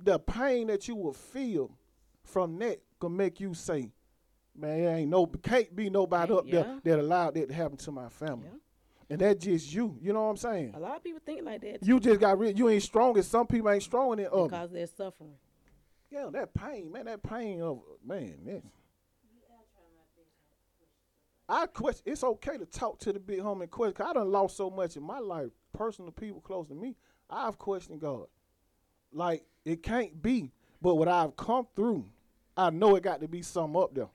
The pain that you will feel from that can make you say, Man, there ain't no can't be nobody up Yeah. there that allowed that to happen to my family. And that's just you. You know what I'm saying? A lot of people think like that You just got rid you ain't strong as some people ain't stronger than others. because they're suffering. yeah, that pain, man, that pain of man, that's I question it's okay to talk to the big homie and question 'cause I done lost so much in my life, personal people close to me. I've questioned God. Like, it can't be. But what I've come through, I know it got to be something up there.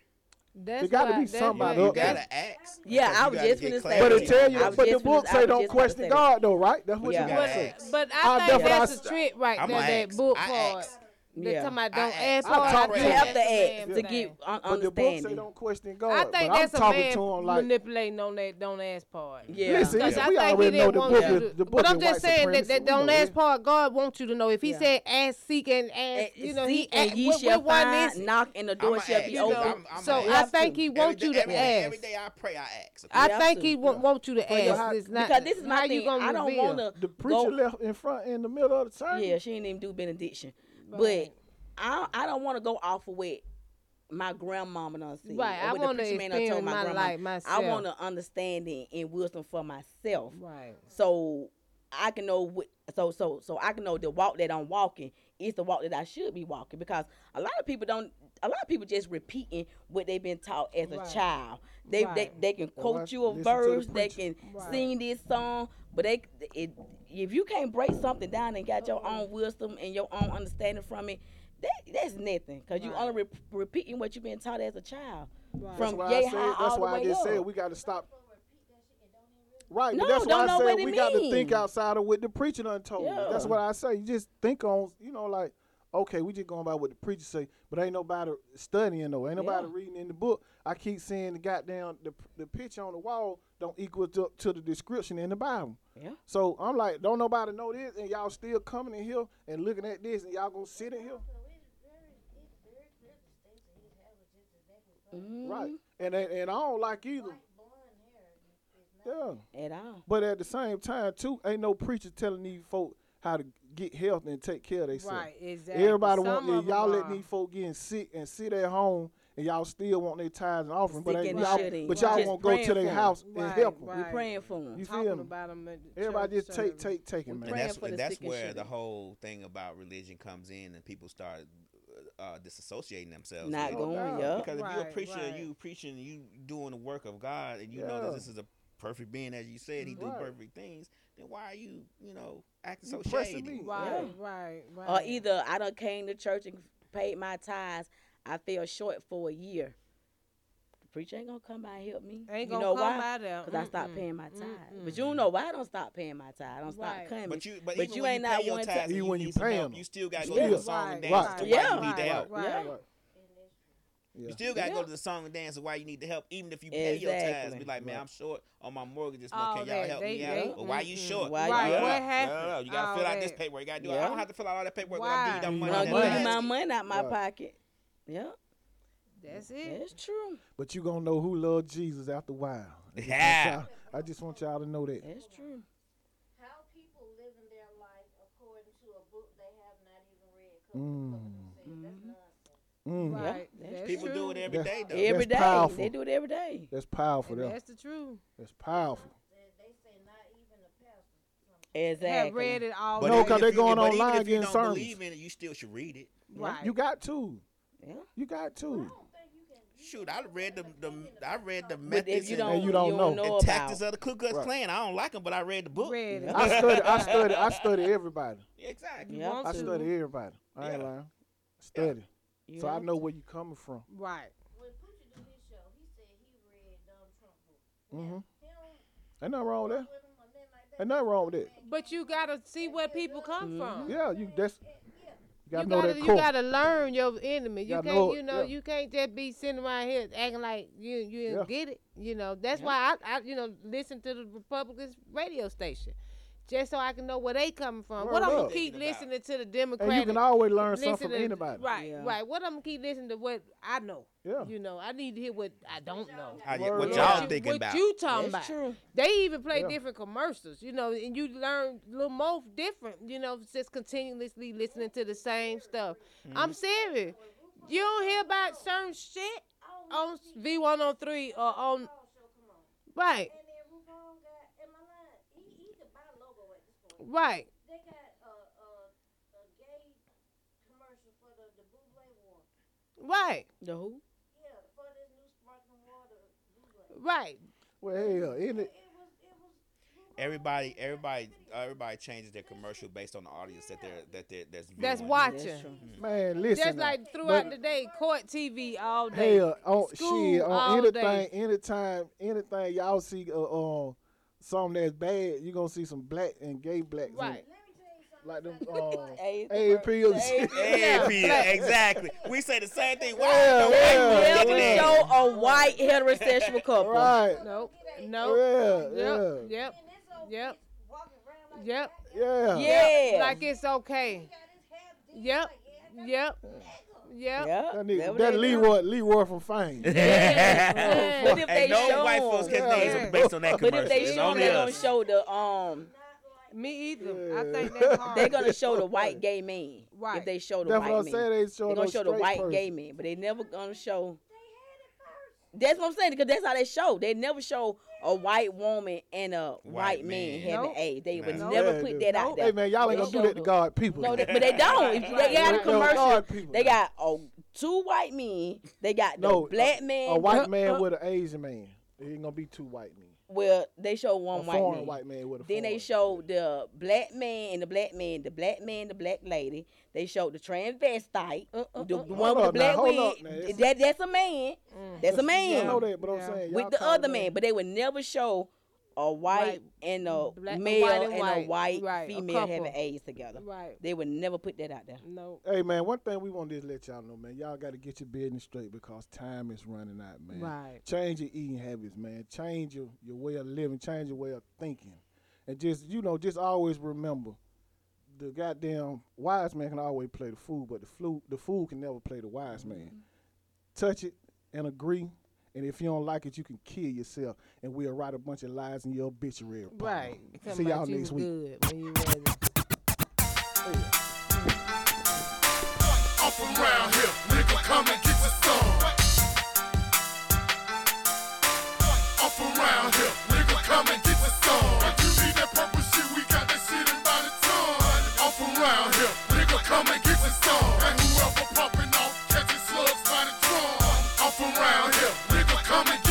That's There gotta why- be that's somebody why- You up there. that's- gotta ask. Yeah, because I you was gotta just get gonna say But clarity. Yeah. it tell I you, was but the just book finna- I say was don't just finna question say that. God though, right? That's what Yeah. you But- gotta say. But I I, think definitely- that's I a st- trick right I'ma there. That ask. book I part. ask. They Yeah. talk about I don't ask. ask. part, I I talk think You Yeah, have to that's a man ask to thing. get un- But the book say understanding. don't question I God. think but I'm that's a talking man to him like, manipulating on that don't ask part. Yeah. listen, Because I we think he already know didn't the want book. you Is, to. the book But is I'm just white saying that, supremacy. that We don't know ask part. God wants you to know. If He Yeah. said ask, seek, and Eh, ask, And you know, seek He and asked, ye what, shall what one find, is it? knock, and the door I'ma shall ask. be You know, open. I'm- I'ma so I ask. think He Every wants day- you to every day- ask. Every day I pray, I ask. I You think have he to. wa- want you to your ask. heart- It's not, Because this is how my You thing. gonna I don't reveal. want to The preacher go, left in front in the middle of the sermon. Yeah, she didn't even do benediction. Right. But I I don't want to go off of what my grandmama done said. Right, or I what the wanna preacher man done told experience my grandma. life myself. I want to understand it and wisdom for myself. Right. So I can know what. So so so I can know the walk that I'm walking is the walk that I should be walking because a lot of people don't. A lot of people just repeating what they've been taught as a child. They, they Right. they can quote that's- you a listen to the verse. they preacher. can sing this song, but they it, if you can't break something down and got your own wisdom and your own understanding from it. That, that's nothing, cause you only re- repeating what you've been taught as a child, That's from why yay I high said. all That's the why way I just up. said we got to stop. Right, No, but that's don't why know I what said it we got to mean. think outside of what the preacher done told Yeah. you. That's what I say. You just think on, you know, like, okay, we just going by what the preacher say, but ain't nobody studying though. Ain't nobody Yeah. reading in the book. I keep saying the goddamn the the picture on the wall don't equal to, to the description in the Bible. Yeah. So I'm like, don't nobody know this, and y'all still coming in here and looking at this, and y'all gonna sit in here. Mm-hmm. Right. And and and I don't like either. Yeah. at all. But at the same time, too, ain't no preacher telling these folk how to get healthy and take care of themselves. Right, exactly. Everybody Some want yeah, of 'em y'all are. letting these folk getting sick and sit at home and y'all still want their tithes and offering, but, Sick they, and shitty. y'all, but y'all Just won't go praying to for their 'em. house and Right, help them. We Right. praying for them. You feel talking me? about them. At the Everybody church just take, service. take, take it, man. praying and that's for the and that's sick and where shitty. the whole thing about religion comes in, and people start uh, disassociating themselves. Not with it. going, God. yup. Because if you're a Right, preacher, and right. you preaching, you doing the work of God, and you know that Yeah. this is a perfect being, as you said, he do Right. perfect things. Then why are you, you know, acting so pressing shady? me. Right, Yeah. right, right. Or either I done came to church and paid my tithes. I fell short for a year. The preacher ain't gonna come by and help me. Ain't you gonna know come why? out there. Because I stopped Mm-mm. paying my tithes. But you don't know why I don't stop paying my tithes. I don't stop Right. coming. But you, but, But even you when ain't you not pay your one to- tithes, and Even you when you need some pay help, 'em. you still gotta go Yeah. to the song and dance Right. to Yeah. why you need the Right, help. right. Yeah. Yeah. You still gotta go Yeah. to the song and dance to why you need the help, even if you pay your tithes. Exactly. Be like, man, Right. I'm short on my mortgage this All month. Can y'all that. help They- me they- out? Or why you mm-mm. short? Why you Yeah, short? What yeah, happened? yeah. You gotta All fill out this that. paperwork. You gotta do. it. Yeah. I don't have to fill out all that paperwork. when I'm giving you Why? that I'm money. gonna in that give you my basket. money out my Right. pocket. Yeah, That's it. that's true. But you gonna know who loved Jesus after a while. I just want Yeah. y'all- I just want y'all to know that. That's true. How people living their life according to a book they have not even read. Mm. That's Mm. Right. that's That's People true. do it every day That's- though. Every day powerful. they do it every day. That's powerful. And Though. that's the truth. That's powerful. They say not even a pastor. Exactly. Have read it all. No, day. even 'cause they if you- going but even online if you getting don't sermons. believe in it, you still should read it. right. You got to. Yeah. You got to. Shoot, I read the, the I read the But methods if you and, don't, you don't know. and about, tactics of the Ku Klux Right. Klan. I don't like them, but I read the book. Read it. I study. I study. I study everybody. Exactly. You Yeah. want I to. study everybody. I ain't Yeah. lying. Study. you So I know where you coming from. Right. When Poochie do his show, he said he read Donald Trump book. Mhm. He don't Ain't nothing wrong with that. with him or nothing like that. Ain't nothing wrong with that. But you gotta see where people come from. Yeah, you. That's. You Mm-hmm. You gotta know gotta, that you core. gotta learn your enemy. You Gotta can't, know it, you know, yeah. you can't just be sitting around here acting like you you didn't Yeah. get it. You know, that's why I, I, you know, listen to the Republicans radio station, just so I can know where they coming from. Word what I'm gonna up. keep Thinking about listening to the And you Democratic. can always learn something listen from to- anybody. Right, Yeah. right. What I'm gonna keep listening to what I know. Yeah. You know, I need to hear what I don't know. How you- Word what up. y'all you- thinking what about? you talking That's about? true. They even play Yeah. different commercials, you know, and you learn little more different, you know, just continuously listening to the same stuff. Mm-hmm. I'm serious. You don't hear about certain shit on V103 or on. Right, And then RuPaul got, am I lying? He, he could buy logo at this point. right. They got a, a, a gay commercial for the, the Buble water. Right, The who? Yeah, for this new sparkling water Buble. right. Well, hell, isn't it? It was, it was, Everybody, everybody, everybody changes their commercial based on the audience that they're that they're that's viewing. That's That's Mm-hmm. watching. true. Man, listen. Just now. like throughout But- the day, court TV all day. Hell, on School shit, on all anything, day. anytime, anything y'all see uh, uh, something that's bad, you gonna see some black and gay blacks. in Right. it. Like them uh, Hey, APs. Yeah, Peter, exactly. We say the same thing. Why Yeah, the yeah, white people Never looking at? show a white heterosexual couple. Right. Nope, nope. Yeah, yeah. Yep, yep, and this old Yep. bitch walking around like Yep. that. Yeah. Yeah. Like it's okay. He got his half dick. Yep, Like, yeah, yep, yep. Yeah. That, that's nigga, what that they do. Leroy, Leroy from Fame. Yeah. But if they Ain't no show, white folks Yeah. getting names Yeah. based on that but commercial. if they It's show, only they gonna us. show the um, Me either. I Yeah. think that's hard. they gonna show the white gay man. Right. If they show the That's white what I'm man, saying. They they showing gonna no show the straight white person. gay man, but they never gonna show. That's what I'm saying because that's how they show. They never show a white woman and a white, man, man. having Nope. AIDS. They would Nah. never Yeah, put dude. that out there. Hey man, y'all ain't They gonna do show that to the- God people. No, they, but they don't. If they got a Right. No, commercial. God people. They got a two white men. They got the No, black man. a white the- man with an Asian man. It ain't gonna be two white men. Well, they show A one white foreign man. white man with a. Then they foreign- showed the black man and the black man, the black man, the black lady. They showed the transvestite, Uh, the one with Hold the up now, black hold up wig. now, it's- That, that's a man. Mm. That's a I know man that, but Yeah. I'm saying with y'all the call other that- man. But they would never show a white Right. and a Black- a male white and and, a white. white Right, a female having couple. AIDS together. Right. They would never put that out there. No. Hey man, one thing we want to just let y'all know, man, y'all got to get your business straight because time is running out, man. Right. Change your eating habits, man. Change your, your way of living. Change your way of thinking, and just you know, just always remember, the goddamn wise man can always play the fool, but the flute, the fool can never play the wise Mm-hmm. man. Touch it and agree, and if you don't like it, you can kill yourself, and we'll write a bunch of lies in your obituary. partner. Right. See Somebody y'all you next week. Good when you ready. Up around here, nigga, come and get your some. around here, nigga, come and get your some. If you need that purple shit, we got that shit in by the ton. I'm from around here, nigga, come and get your some. And whoever popping off, catching slugs by the drum. I'm from around here, nigga, come and get